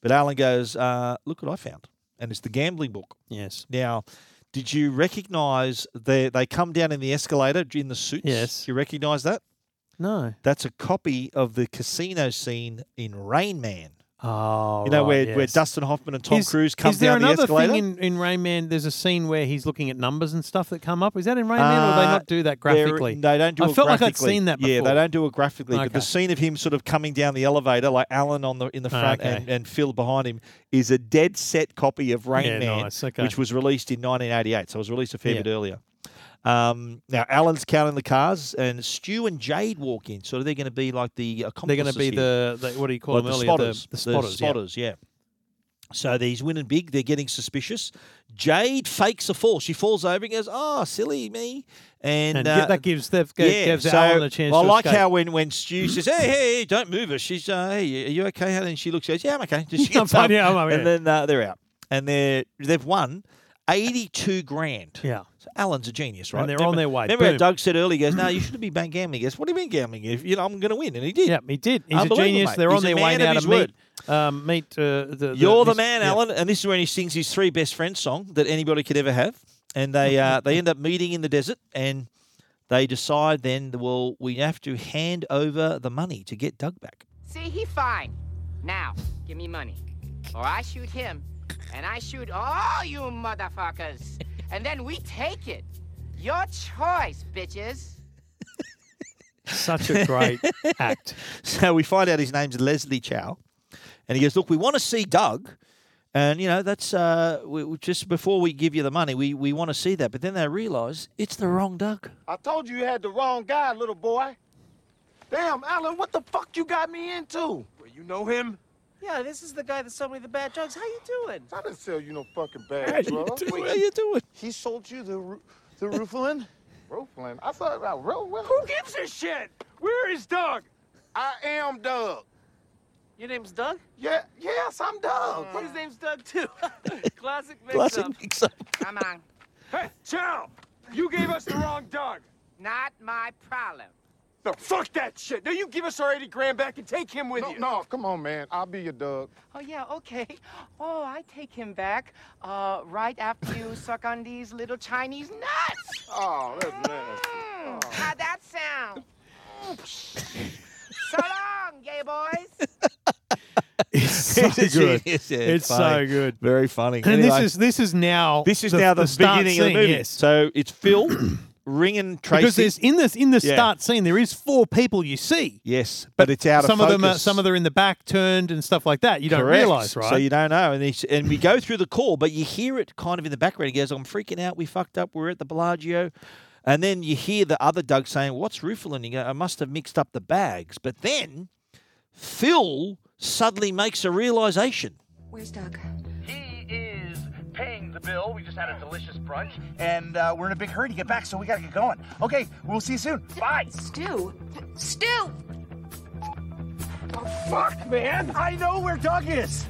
A: But Alan goes, uh, Look what I found. And it's the gambling book.
B: Yes.
A: Now, did you recognize they they come down in the escalator in the suits?
B: Yes.
A: You recognize that?
B: No.
A: That's a copy of the casino scene in Rain Man.
B: Oh,
A: you know
B: right,
A: where, where
B: yes.
A: Dustin Hoffman and Tom
B: is,
A: Cruise come
B: is there
A: down the
B: another
A: escalator.
B: thing in, in Rain Man? There's a scene where he's looking at numbers and stuff that come up. Is that in Rain Man, or they
A: Uh,
B: not do that
A: they're-
B: graphically?
A: They don't do
B: I
A: it
B: felt like I'd
A: graphically.
B: seen that. Before.
A: Yeah, they don't do it graphically. But the
B: Okay.
A: scene of him sort of coming down the elevator, like Alan on the in the front
B: Okay.
A: and, and Phil behind him, is a dead set copy of Rain
B: Yeah,
A: Man,
B: nice, okay.
A: which was released in 1988. So it was released a fair
B: Yeah.
A: bit earlier. Um, now Alan's counting the cars, and Stu and Jade walk in. So they're going to be like the
B: They're going
A: accomplices
B: to be
A: here.
B: the, the what do you call
A: Like
B: them
A: the
B: earlier?
A: spotters.
B: The, the spotters. yeah.
A: yeah. So he's winning big. They're getting suspicious. Jade fakes a fall. She falls over and goes, "Oh, silly me!" And,
B: And
A: uh,
B: that gives- that gives Alan a chance
A: I
B: to
A: like
B: escape.
A: how when when Stu says, "Hey, hey, hey, don't move her," she's, uh, "Hey, are you okay?" And then she looks, at, "Yeah, I'm okay."
B: (laughs)
A: She
B: I'm
A: gets
B: fine,
A: up,
B: yeah, I'm over
A: and then uh, they're out, and they are they've won eighty-two grand.
B: Yeah.
A: So Alan's a genius, right?
B: And they're on their way.
A: Remember how
B: Boom.
A: Doug said earlier, he goes, "No, you shouldn't be ban gambling." He goes, "What do you mean gambling? If you know, I'm going to win," and he did.
B: Yeah, he did. He's a
A: Unbelievable,
B: genius.
A: mate.
B: They're
A: He's
B: on
A: a
B: their way
A: man of
B: now to
A: his
B: meet
A: word.
B: um, meet uh, the, the
A: You're the
B: this-
A: man,
B: yeah.
A: Alan. And this is when he sings his three best friends song that anybody could ever have. And they
B: (laughs)
A: uh, they end up meeting in the desert, and they decide then, well, we have to hand over the money to get Doug back. (laughs)
I: See, he fine. Now, give me money. Or I shoot him, and I shoot all you motherfuckers. and then we take it. Your choice, bitches.
B: Such
A: (laughs)
B: a great act.
A: So we find out his name's Leslie Chow, and he goes, "Look, we want to see Doug." And you know that's uh, we, we- just before we give you the money, we, we want to see that. But then they realise it's the wrong
B: (laughs)
A: Doug.
S: I told you you had the wrong guy, little boy. Damn, Alan, what the fuck you got me into? Well, you know him?
D: Yeah, this is the guy that sold me the bad drugs. How you doing?
S: I didn't sell you no fucking bad drugs.
D: doing?
A: How you doing?
S: He sold you the Ru- the Ruflin? Ruflin? I thought about Ruflin. Who gives a shit? Where is Doug? I am Doug.
D: Your name's Doug?
S: Yeah, yes, I'm Doug.
D: His name's Doug too. Classic mix
A: Classic
D: up.
A: mix-up.
I: Come on.
S: Hey, Chow! You gave us the wrong Doug.
I: Not my problem.
S: No, fuck that shit. Now you give us our 80 grand back and take him with you. No, come on, man. I'll be your Doug.
I: Oh, yeah, okay. Oh, I take him back uh, right after you suck on these little Chinese nuts.
S: Oh, that's nasty.
I: Mm, How'd that sound? Mm. so long, gay boys.
A: It's (laughs)
B: so good. It's so good.
A: Very funny.
B: And
A: Anyway.
B: this is this is now
A: This is now the,
B: start
A: beginning of
B: scene,
A: the movie.
B: Yes.
A: So it's
B: (clears throat)
A: Phil ringing Tracy.
B: Because there's in this in the
A: Yeah.
B: start scene there is four people you see.
A: Yes, but it's out
B: some
A: of
B: of
A: focus.
B: them are some of them are in the back turned and stuff like that. You don't
A: Correct.
B: realize, right?
A: So you don't know, and it's, and we go through the call, but you hear it kind of in the background. He goes, "I'm freaking out. We fucked up. We're at the Bellagio," and then you hear the other Doug saying, "What's Rufalin?" You go, "I must have mixed up the bags." But then Phil suddenly makes a realization.
J: Where's Doug?
D: He is paying the bill. We just had a delicious brunch.
J: And uh, we're in a big hurry to get back, so we gotta get going. Okay, we'll see you soon. Bye. Stu. Stu.
S: Fuck, man. I know where Doug is.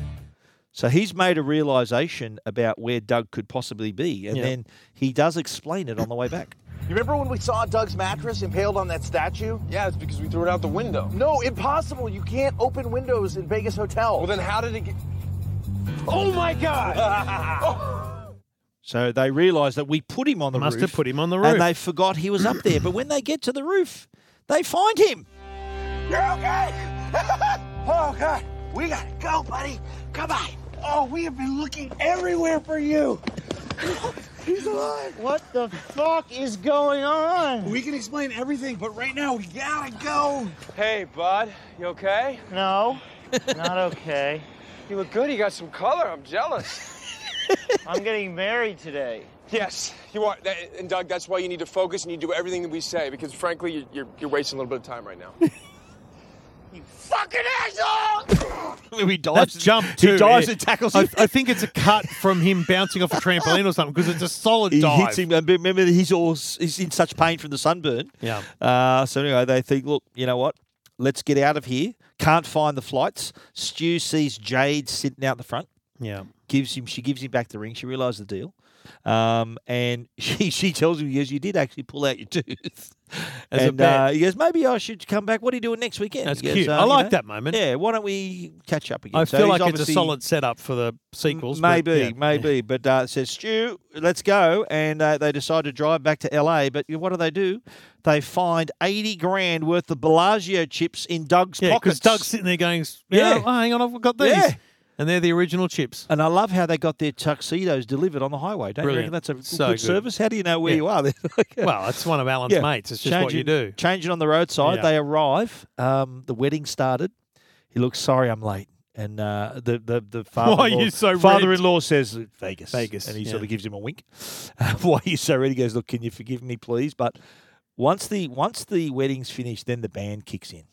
A: So he's made a realization about where Doug could possibly be, and
J: Yeah.
A: then he does explain it on the way back.
J: You remember when we saw Doug's mattress impaled on that statue? Yeah, it's because we threw it out the window. No, impossible. You can't open windows in Vegas hotels. Well, then how did it get.
S: Oh my god!
A: So they realised that we put him on the
B: Must
A: roof.
B: have put him on the roof. (laughs)
A: And they forgot he was up there. But when they get to the roof, they find him.
W: You're okay. oh God, we gotta go, buddy. Come on. Oh, we have been looking everywhere for you. He's alive. What the fuck is going on? We can explain everything, but right now we gotta go.
U: Hey, bud, you okay?
W: No, not
P: (laughs)
W: okay.
U: You look good. You got some color. I'm jealous.
W: (laughs) I'm getting married today.
U: Yes.
P: You are, that, and Doug, that's why you need to focus and you do everything that we say because, frankly, you're, you're, you're wasting a little bit of time right now.
W: Fucking asshole!
A: he
B: That's
A: dives.
B: jump too.
A: He dives
B: yeah.
A: and tackles
B: I,
A: him.
B: I think it's a cut from him bouncing off a trampoline or something because it's a solid
A: he
B: dive.
A: hits him. And remember, he's all he's in such pain from the sunburn.
B: Yeah.
A: Uh, so anyway, they think, look, you know what? Let's get out of here. Can't find the flights. Stu sees Jade sitting out the front.
B: Yeah.
A: Gives him. She gives him back the ring. She realised the deal. Um, and (laughs) she she tells him, yes, you did actually pull out your tooth.
B: As a
A: and uh,
B: bet.
A: he goes, maybe I should come back. What are you doing next weekend?
B: That's
A: He goes,
B: cute.
A: "Uh,
B: I
A: you
B: like
A: know,
B: that moment.
A: Yeah. Why don't we catch up again?
B: I
A: So
B: feel
A: he's
B: like it's a
A: obviously-
B: solid setup for the sequels. but
A: Maybe,
B: yeah.
A: maybe. But uh, it says, Stu, let's go. And uh, they decide to drive back to LA. But what do they do? They find 80 grand worth of Bellagio chips in Doug's
B: Yeah, because
A: pockets.
B: Doug's sitting there going,
A: Yeah.
B: yeah, oh, hang on, I've got these.
A: Yeah.
B: And they're the original chips.
A: and I love how they got their tuxedos delivered on the highway. Don't you
B: Brilliant.
A: reckon that's a
B: So
A: good,
B: good.
A: service? How do you know where
B: Yeah.
A: you (laughs) are?
B: Well, it's one of Alan's
A: Yeah.
B: mates. It's just what you do.
A: Change it on the roadside.
B: Yeah.
A: They arrive. Um, the wedding started. He looks sorry I'm late. And uh, the the the
B: (laughs) Why are
A: father
B: you so red?
A: father-in-law says Vegas
B: Vegas,
A: and he
B: yeah.
A: sort of gives him a wink. (laughs) Why are you so red? He goes, look, can you forgive me, please? But once the once the wedding's finished, then the band kicks in.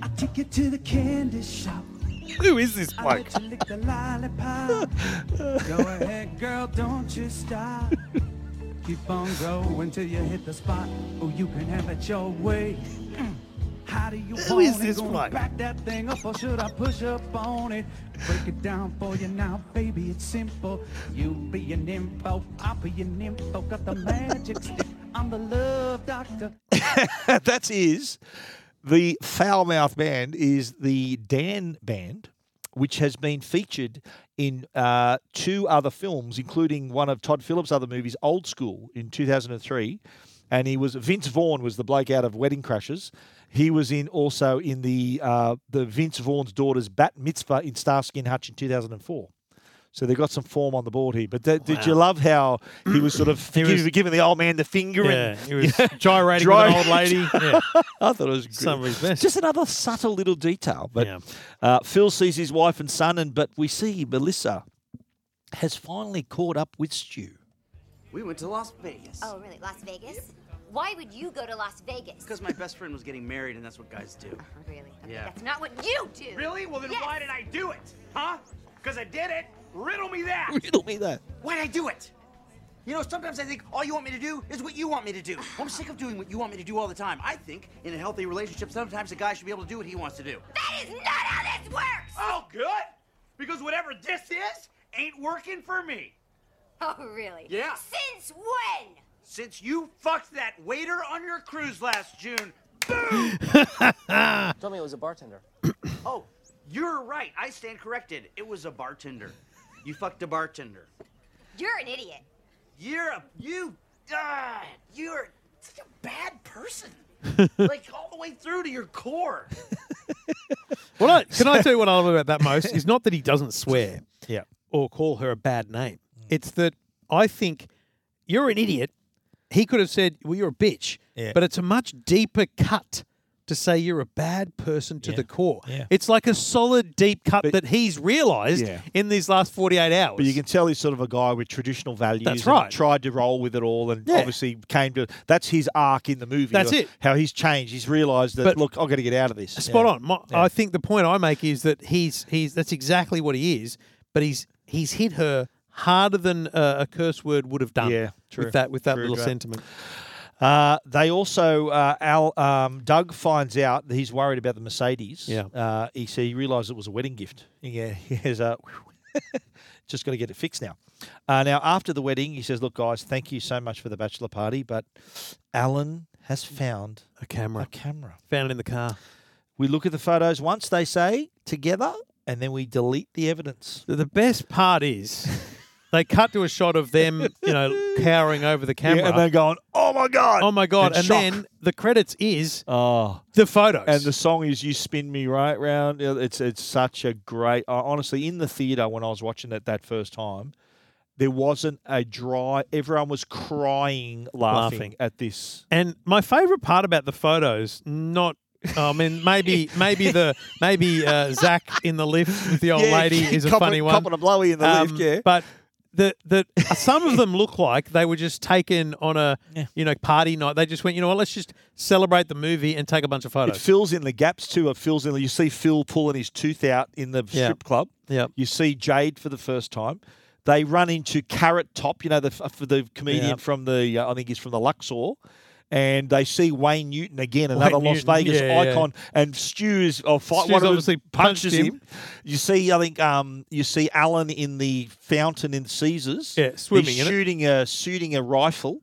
H: I took it to the candy shop.
B: Who is this
H: I let you lick the
B: (laughs)
H: lollipop. Go ahead, girl, don't you stop. Keep on growing till you hit the spot. Oh, you can have it your way. (clears throat) Mm. How do you
B: Who
H: want
B: is
H: it?
B: this
H: Gonna
B: bloke?
H: Back that thing up, or should I push up on it? Break it down for you now, baby. It's simple. You be an info, I'll be an info. Got the magic stick. I'm the love doctor.
A: (laughs) that is the foul mouth band is the dan band which has been featured in uh, two other films including one of todd phillips other movies old school in 2003 and he was vince vaughn was the bloke out of wedding crashes he was in also in the uh, the vince vaughn's daughter's bat mitzvah in starsky and hutch in 2004 so they got some form on the board here, but th- did you love how he was sort of
B: He was-
A: giving, giving the old man the finger?
B: Yeah,
A: and,
B: he was gyrating with an old (laughs) lady. Yeah.
A: I thought it was
B: Some of his
A: good. Just another subtle little detail. But
B: Yeah.
A: uh, Phil sees his wife and son, and but we see Melissa has finally caught up with Stu.
L: We went to Las Vegas.
M: Oh, really? Las Vegas? Why would you go to Las Vegas?
L: Because my best friend was getting married, and that's what guys do.
M: Really?
L: Yeah.
M: That's not what you do.
U: Really? Well, then why did I do it? Huh? Because I did it? Riddle me that.
A: (laughs) Riddle me that.
U: Why'd I do it?
L: You know, sometimes I think all you want me to do is what you want me to do. I'm sick of doing what you want me to do all the time. I think in a healthy relationship, sometimes a guy should be able to do what he wants to do.
M: That is not how this works!
U: Oh, good. Because whatever this is ain't working for me.
M: Oh, really?
L: Yeah.
M: Since when?
L: Since you fucked that waiter on your cruise last
J: (laughs)
L: June, boom!
R: Told me it was a
J: (coughs)
R: bartender.
L: oh, you're right. I stand corrected. It was a bartender. You fucked a bartender.
M: You're an idiot.
L: You're a you. Uh, you're such a bad
J: (laughs)
L: person. like all the way through to your core.
B: Well, I, can I tell you what I love about that most? Is not that he doesn't swear
A: Yeah.
B: or call her a bad name. It's that I think you're an idiot. He could have said, well, you're a bitch.
A: Yeah.
B: But it's a much deeper cut to say you're a bad person to the core.
A: Yeah.
B: It's like a solid, deep cut that he's realised
A: Yeah.
B: in these last 48 hours.
A: But you can tell he's sort of a guy with traditional values.
B: That's
A: and
B: right.
A: tried to roll with it all, and
B: Yeah.
A: obviously came to. That's his arc in the movie.
B: That's
A: uh,
B: it.
A: How he's changed. He's realised that.
B: But-
A: look, I've got to get out of this.
B: Spot
A: Yeah.
B: on. My,
A: Yeah.
B: I think the point I make is that he's he's that's exactly what he is, but he's he's hit her harder than uh, a curse word would have done.
A: Yeah, true.
B: With that with that
A: True,
B: little
A: true.
B: sentiment.
A: Uh, they also, uh, Al, um, Doug finds out that he's worried about the Mercedes.
B: Yeah.
A: Uh, he said he realised it was a wedding gift. Yeah. (laughs) He has a. just got to get it fixed now. Uh, now after the wedding, he says, "Look, guys, thank you so much for the bachelor party, but Alan has found
B: a camera.
A: A camera.
B: Found it in the car.
A: We look at the photos once they say together, and then we delete the evidence." (laughs)
B: The- The best part is They cut to a shot of them, you know, cowering over the camera,
A: and they're going, "Oh my god!
B: oh my god!"
A: In
B: And,
A: shock.
B: then the credits is
A: oh
B: the photos.
A: And the song is "You Spin Me Right Round." Yeah, It's it's such a great. I- Honestly, in the theater when I was watching it that first time, there wasn't a dry. Everyone was crying, laughing,
B: Laughing.
A: at this.
B: And my favorite part about the photos, not. I mean, maybe, maybe the maybe uh, Zach in the lift with the old
A: Yeah, (laughs)
B: lady is a
A: copping-
B: funny one.
A: copping a blowy in the lift, yeah.
B: Um, But the the (laughs) some of them look like they were just taken on a you know party night. They just went, you know what? Let's just celebrate the movie and take a bunch of
A: It
B: photos.
A: fills in the gaps too. It fills in. You see Phil pulling his tooth out in the
B: Yeah.
A: strip club.
B: Yeah.
A: You see Jade for the first time. They run into Carrot Top, you know, the f- for the comedian
B: Yeah.
A: from the uh, I think he's from the Luxor. And they see Wayne Newton again,
B: Wayne
A: another Las
B: Newton,
A: Vegas
B: yeah, yeah.
A: icon, and Stu is or fight,
B: Stu's
A: one of them
B: obviously punched
A: punches
B: him.
A: You see, I think um, you see Alan in the fountain in Caesars. Yeah,
B: swimming
A: He's
B: in it.
A: shooting a shooting a rifle.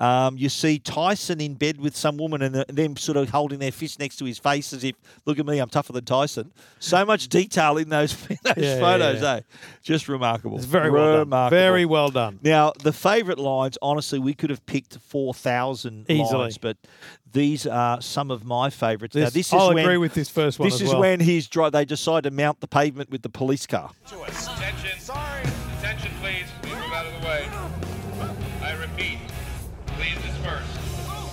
A: Um, you see Tyson in bed with some woman and uh, them sort of holding their fist next to his face as if, look at me, I'm tougher than Tyson. So much detail in those, (laughs) in those
B: Yeah, yeah,
A: photos,
B: yeah.
A: eh? Just remarkable.
B: It's very well done. Very well done.
A: Now, the favourite lines, honestly, we could have picked 4,000
B: Easily.
A: lines, but these are some of my favourites. now,
B: This-
A: this is
B: I'll
A: when,
B: agree with this first one
A: This
B: as
A: is
B: well.
A: when he's dri- they decide to mount the pavement with the police car.
O: Choice. Attention. Sorry. Attention, please. Please move out of the way. I repeat. Please disperse.
J: Oh,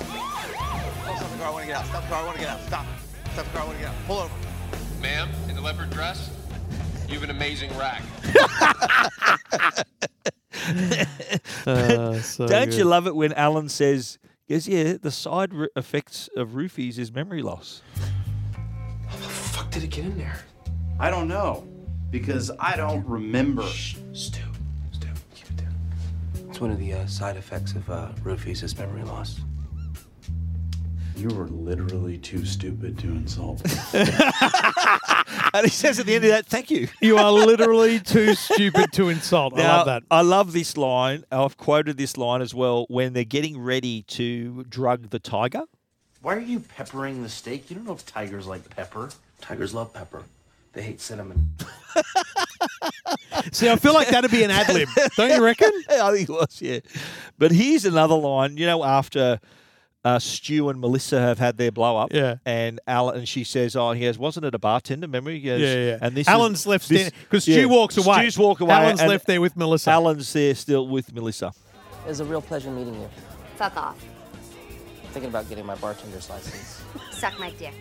J: stop the car, I want to get out. Stop the car, I want to get out. Stop. Stop the car, I want to get out. Pull over.
O: Ma'am, in the leopard dress, you have an amazing rack.
B: Uh,
A: But Don't you love it when Alan says, "Yes, yeah, the side re- effects of roofies is memory loss."
L: fuck did it get in there?
N: I don't know because I don't remember. Shh, Stu.
R: It's one of the uh, side effects of uh, roofies is memory loss.
N: You were literally too stupid to insult.
A: and he says at the end of that, "Thank you."
B: You are literally too stupid to insult. I love
A: Now,
B: that.
A: I love this line. I've quoted this line as well when they're getting ready to drug the tiger.
N: Why are you peppering the steak? You don't know if tigers like pepper.
R: Tigers love pepper. They hate cinnamon.
B: See, I feel like that'd be an
A: (laughs)
B: ad lib, don't you reckon?
A: I think it was, yeah. But here's another line. You know, after uh, Stu and Melissa have had their blow up,
B: Yeah.
A: and Alan and she says, "Oh, he goes, wasn't it a bartender memory?" He goes,
B: Yeah, yeah.
A: And this
B: Alan's
A: is,
B: left
A: this-
B: standing- 'cause Stu walks away.
A: Stu's walk away.
B: Alan's
A: and
B: left there with Melissa.
A: Alan's there still with Melissa.
D: It was a real pleasure meeting you.
M: Fuck off.
D: Thinking about getting my bartender's license.
M: Suck my dick.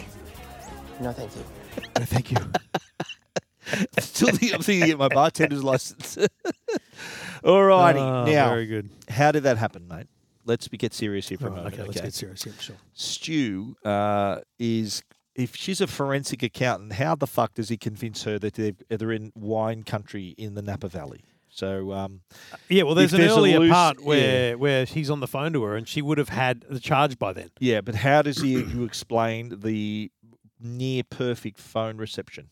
D: No, thank you.
B: Thank you.
A: Still think I'm thinking of my bartender's license. (laughs) All righty.
B: Ah,
A: now,
B: very good.
A: How did that happen, mate? Let's be, get serious here for a
B: All right,
A: moment.
B: okay, let's get serious here, sure.
A: Stu uh, is, if she's a forensic accountant, how the fuck does he convince her that they're, they're in wine country in the Napa Valley? So, um,
B: Yeah, well, there's
A: if
B: an
A: a
B: earlier
A: loose-
B: part
A: yeah.
B: where where he's on the phone to her, and she would have had the charge by then.
A: Yeah, but how does he
B: (coughs)
A: you explain the near perfect phone reception?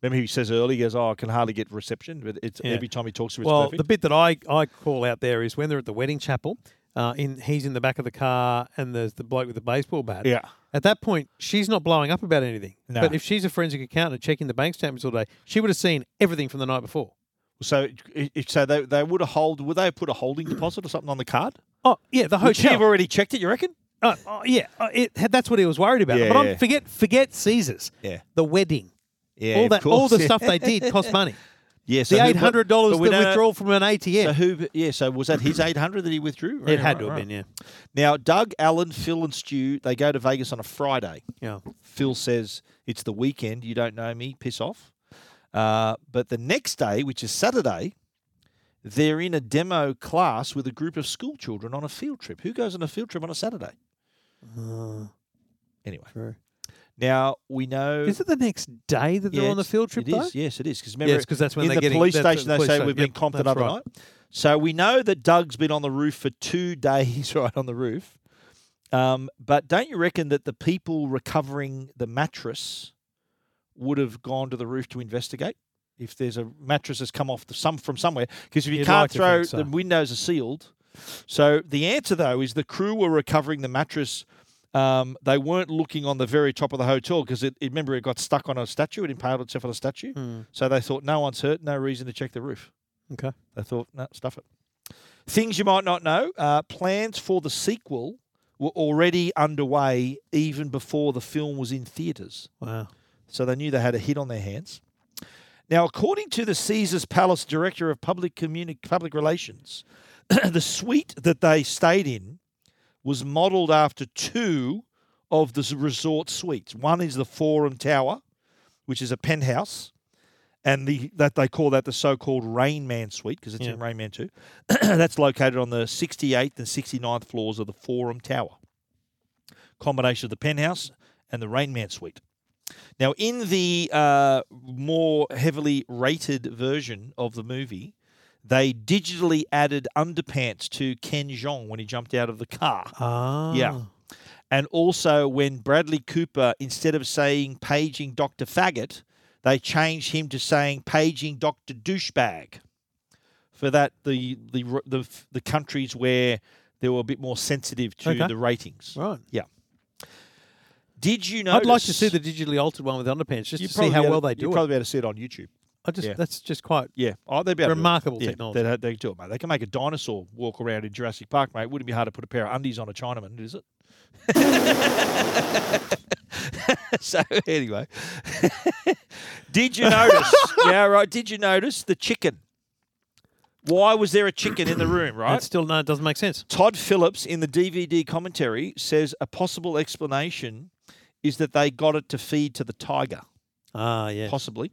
A: Remember, he says early, he goes, "Oh, I can hardly get reception," but it's
B: Yeah.
A: every time he talks to her, it's
B: well,
A: perfect.
B: the bit that I, I call out there is when they're at the wedding chapel, uh, in he's in the back of the car, and there's the bloke with the baseball bat.
A: Yeah.
B: At that point, she's not blowing up about anything.
A: No.
B: But if she's a forensic accountant checking the bank statements all day, she would have seen everything from the night before.
A: So, i- i- so they, they would have hold would they have put a
B: (clears throat)
A: holding deposit or something on the card?
B: Oh yeah, the
A: Would she have
B: hotel.
A: already checked it. You reckon?
B: Uh, oh, yeah, uh, it, that's what he was worried about.
A: Yeah,
B: but I'm,
A: yeah.
B: forget forget Caesar's.
A: Yeah.
B: The wedding.
A: Yeah,
B: all
A: of
B: that all the
A: course.
B: stuff they did cost money.
A: (laughs) Yeah,
B: the eight hundred dollars that withdrawal
A: from
B: an ATM.
A: So who? Yeah, so was that his eight hundred that he withdrew?
B: It had to have been, yeah.
A: Now, Doug, Alan, Phil, and Stu they go to Vegas on a Friday.
B: Yeah.
A: Phil says it's the weekend. You don't know me. Piss off. Uh, but the next day, which is Saturday, they're in a demo class with a group of school children on a field trip. Who goes on a field trip on a Saturday? anyway, now we know.
B: Is it the next day that they're
A: Yeah,
B: on the
A: it's-
B: field trip?
A: It
B: though?
A: is, yes, it is. Because
B: Yes, 'cause that's when
A: in
B: they're
A: the
B: getting-
A: police
B: that's when
A: station
B: the
A: they
B: police
A: say
B: say-
A: we've
B: yep,
A: been comped
B: that's
A: another
B: right.
A: night. So we know that Doug's been on the roof for two (laughs) days, right on the roof. Um, but don't you reckon that the people recovering the mattress would have gone to the roof to investigate if there's a mattress has come off the, some from somewhere? Because if you
B: You'd
A: can't
B: like to
A: throw
B: think so.
A: the windows are sealed. So the answer though is the crew were recovering the mattress. Um, they weren't looking on the very top of the hotel because it, it-
B: Hmm.
A: remember it got stuck on a statue. It impaled itself on a statue. So they thought no one's hurt, no reason to check the roof.
B: Okay.
A: I thought, no, stuff it. Things you might not know uh, plans for the sequel were already underway even before the film was in theatres.
B: Wow.
A: So they knew they had a hit on their hands. Now, according to the Caesars Palace Director of Public, Communi- Public Relations, (clears throat) the suite that they stayed in was modelled after two of the resort suites. One is the Forum Tower, which is a penthouse, and the that they call that the so-called Rain Man Suite because it's in
B: Yeah.
A: Rain Man too. (clears throat) That's located on the 68th and 69th floors of the Forum Tower. Combination of the penthouse and the Rain Man Suite. Now, in the uh, more heavily rated version of the movie, they digitally added underpants to Ken Jeong when he jumped out of the car.
B: Ah.
A: Yeah. And also, when Bradley Cooper, instead of saying paging Dr. Faggot, they changed him to saying paging Dr. Douchebag. For that, the the r- the, f- the countries where they were a bit more sensitive to
B: Okay.
A: the ratings.
B: Right.
A: Yeah. Did you know?
B: I'd like to see the digitally altered one with underpants just
A: You'd
B: to
A: probably
B: see how
A: be able-
B: well they do
A: you'd
B: it.
A: probably be able to see it on YouTube.
B: I just
A: Yeah.
B: that's just quite
A: Yeah. Oh, they'd be able to do it.
B: remarkable
A: Yeah,
B: technology.
A: They'd, they'd do it, mate. They can make a dinosaur walk around in Jurassic Park, mate. Wouldn't be hard to put a pair of undies on a Chinaman, is it? (laughs) so anyway, (laughs) did you (laughs) notice? yeah, right. Did you notice the chicken? Why was there a chicken in the (coughs) room? Right.
B: That still no, it doesn't make sense.
A: Todd Phillips in the DVD commentary says a possible explanation is that they got it to feed to the tiger.
B: Ah, yeah.
A: Possibly.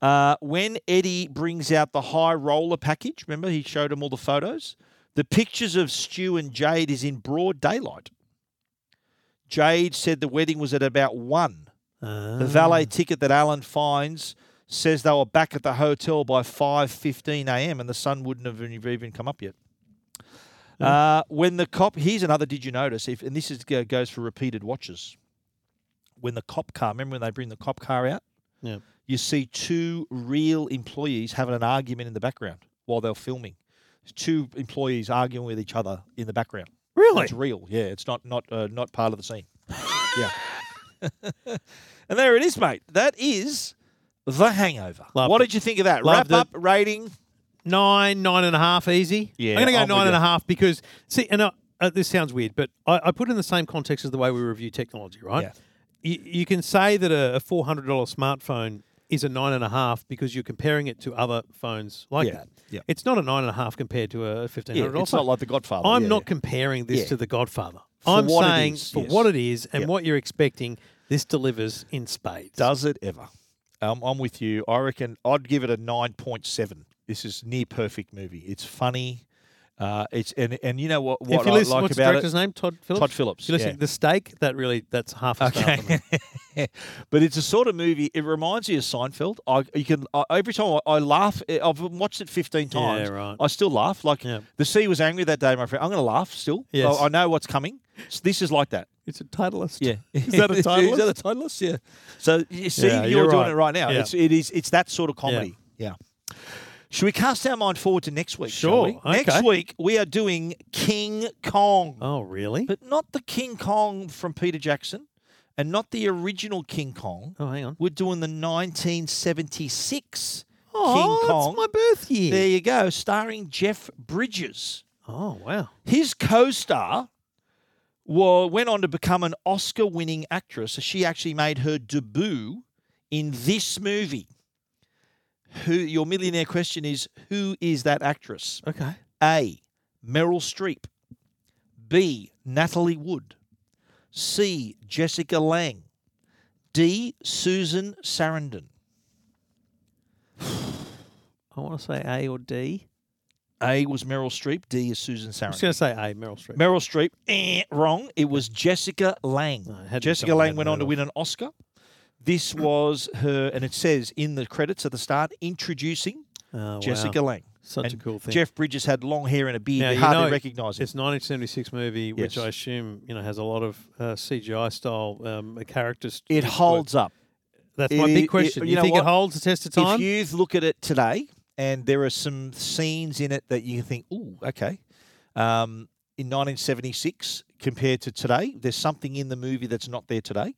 A: Uh, when Eddie brings out the high roller package, remember he showed him all the photos? The pictures of Stu and Jade is in broad daylight. Jade said the wedding was at about one. The valet ticket that Alan finds says they were back at the hotel by 5.15 a.m. and the sun wouldn't have even come up yet. Uh, when the cop, here's another. Did you notice? If and this is go- goes for repeated watches. When the cop car, remember when they bring the cop car out?
B: Yeah.
A: You see two real employees having an argument in the background while they're filming. There's two employees arguing with each other in the background.
B: Really?
A: It's real. Yeah. It's not not uh, not part of the scene. yeah. (laughs) and there it is, mate. That is the Hangover.
B: Loved
A: what
B: it.
A: did you think of that?
B: Loved
A: Wrap up
B: it.
A: rating.
B: Nine, nine and a half, easy.
A: Yeah,
B: I'm going to go
A: I'm with
B: nine and a
A: you.
B: half because see, and I, uh, this sounds weird, but I, I put it in the same context as the way we review technology, right?
A: Yeah.
B: You, you can say that a, a four hundred dollar smartphone is a nine and a half because you're comparing it to other phones like
A: Yeah,
B: that.
A: yeah.
B: It's not a nine and a half compared to a fifteen hundred
A: Yeah,
B: dollar.
A: it's not like The Godfather.
B: I'm
A: Oh, Yeah,
B: not
A: yeah.
B: comparing this
A: Yeah.
B: to The Godfather.
A: For
B: I'm
A: what it
B: saying
A: is,
B: for
A: yes.
B: what it is and
A: Yep.
B: what you're expecting, this delivers in spades.
A: Does it ever? Um, I'm with you. I reckon I'd give it a 9.7. This is near perfect movie. It's funny. Uh, it's and and you know what what
B: if you
A: I
B: listen,
A: like
B: what's the
A: about
B: director's
A: it?
B: name? Todd Phillips.
A: Todd Phillips.
B: If you listen,
A: yeah.
B: the steak that really that's half a star. for me.
A: (laughs) Okay. but it's a sort of movie. It reminds me of Seinfeld. I you can I, every time I, I laugh. eh, I've watched it fifteen
B: Yeah,
A: times.
B: right.
A: I still laugh. Like the sea was angry that day, my friend. I'm going to laugh still. I-
B: Yes.
A: I, know what's coming. S- This is like that.
B: It's a titleist.
A: Yeah.
B: (laughs) Is that
A: (laughs)
B: a
A: is that a
B: titleist?
A: titleist? Yeah. So you see,
B: Yeah,
A: you're,
B: you're
A: doing
B: right.
A: it right now.
B: Yeah.
A: It's it is it's that sort of comedy. Yeah. Should we cast our mind forward to next week? shall
B: Sure,
A: we? Next
B: okay.
A: week we are doing King Kong.
B: Oh,
A: (laughs)
B: really?
A: But not the King Kong from Peter Jackson and not the original King Kong.
B: Oh, hang on.
A: We're doing the 1976
B: Oh,
A: King
B: it's
A: Kong.
B: my birth year.
A: There you go, starring Jeff Bridges.
B: Oh wow.
A: His co-star wa- went on to become an Oscar-winning actress. She actually made her debut in this movie. Who your millionaire question is? Who is that actress?
B: Okay.
A: A. Meryl Streep. B. Natalie Wood. C. Jessica Lang. D. Susan Sarandon.
B: I want to say A or D.
A: A was Meryl Streep. D is Susan
B: I'm
A: Sarandon.
B: just going to say A, Meryl Streep.
A: Meryl Streep, eh, wrong. It was Jessica Lang.
B: had to be
A: Jessica
B: someone I
A: Lang
B: hadn't
A: went on
B: heard
A: to
B: of.
A: win an Oscar. This
B: Hmm.
A: was her, and it says in the credits at the start, introducing
B: Oh,
A: Jessica
B: wow.
A: Lang.
B: Such a
A: And
B: cool thing.
A: Jeff Bridges had long hair and a beard.
B: Now,
A: you
B: you
A: hardly
B: know,
A: recognise him.
B: It's 1976 movie, which
A: Yes.
B: I assume you know has a lot of uh, CGI style um, characters.
A: It holds up.
B: That's
A: It
B: my
A: i-
B: big
A: it-
B: question. you,
A: know
B: think
A: what?
B: it holds the test of
A: If
B: time?
A: you look at it today, and there are some scenes in it that you think, "Ooh, okay." Um, in 1976, compared to today, there's something in the movie that's not there today.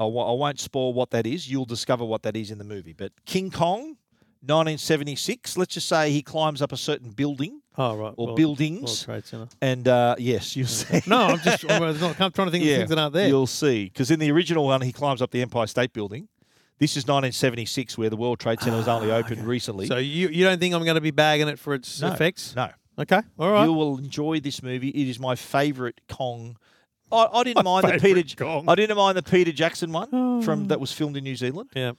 A: I w- I won't spoil what that is. You'll discover what that is in the movie. But King Kong 1976. Let's just say he climbs up a certain building.
B: Oh, right.
A: Or
B: World- World
A: buildings. (laughs)
B: Trade Center.
A: And uh, yes, you'll (laughs) see.
B: No, I'm just I'm not, I'm trying to think of things that aren't there.
A: You'll see. Because in the original one, he climbs up the Empire State Building. This is 1976, where the World Trade Center was only opened recently.
B: Ah, So you you don't think I'm going to be bagging it for its
A: No,
B: effects?
A: No.
B: Okay. All right.
A: You will enjoy this movie. It is my favorite Kong. I, I didn't mind the Peter. I didn't mind the Peter Jackson
B: (sighs)
A: one from that was filmed in New Zealand.
B: Yeah,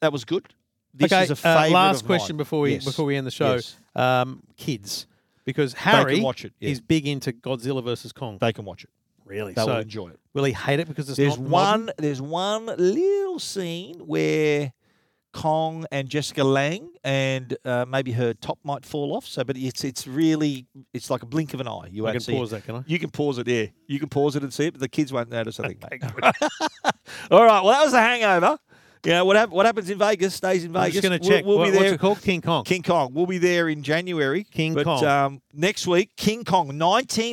A: that was good. This
B: okay,
A: is a
B: uh,
A: favorite.
B: last
A: of
B: question
A: mine.
B: before we
A: Yes.
B: before we end the show.
A: Yes.
B: Um, kids, because Harry
A: watch it, yeah.
B: is big into Godzilla versus Kong.
A: They can watch it.
B: Really,
A: They will
B: So
A: enjoy it.
B: Will he hate it because it's
A: There's
B: not
A: one.
B: modern?
A: There's one little scene where Kong and Jessica Lang and uh, maybe her top might fall off. So, but it's it's really it's like a blink of an eye. You
B: I
A: won't
B: can
A: see it.
B: pause that, can I?
A: You can pause it. Yeah, you can pause it and see it, but the kids won't notice.
B: (laughs)
A: I think. mate. (laughs) All right. Well, that was the Hangover. Yeah, what, hap- what happens in Vegas stays in
B: I'm
A: Vegas.
B: just going to
A: We'll-
B: check.
A: We'll,
B: What-
A: be there.
B: What's it called? King Kong.
A: King Kong. We'll be there in January. King but,
B: Kong.
A: Um, next week, King Kong,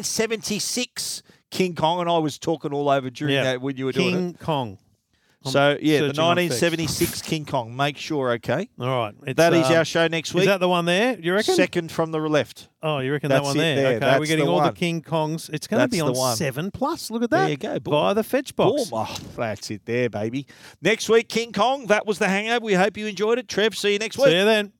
A: 1976. King Kong, and I was talking all over during
B: Yeah.
A: that when you were
B: King
A: doing it.
B: Kong. I'm
A: So yeah, the
B: searching on effects.
A: 1976 King Kong. Make sure, okay.
B: All right. It's,
A: that is
B: um,
A: our show next week.
B: Is that the one there? You reckon?
A: Second from the left.
B: Oh, you reckon that
A: That's
B: one
A: it
B: there?
A: there.
B: Okay, we're
A: That's
B: getting
A: the
B: all the
A: one.
B: King Kongs. It's going to be
A: That's
B: on
A: the one.
B: seven plus. Look at that.
A: There you go.
B: Via the fetch box.
A: Boom. Oh, that's it there, baby. Next week, King Kong. That was the hangover. We hope you enjoyed it. Trev, see you next week.
B: See you then.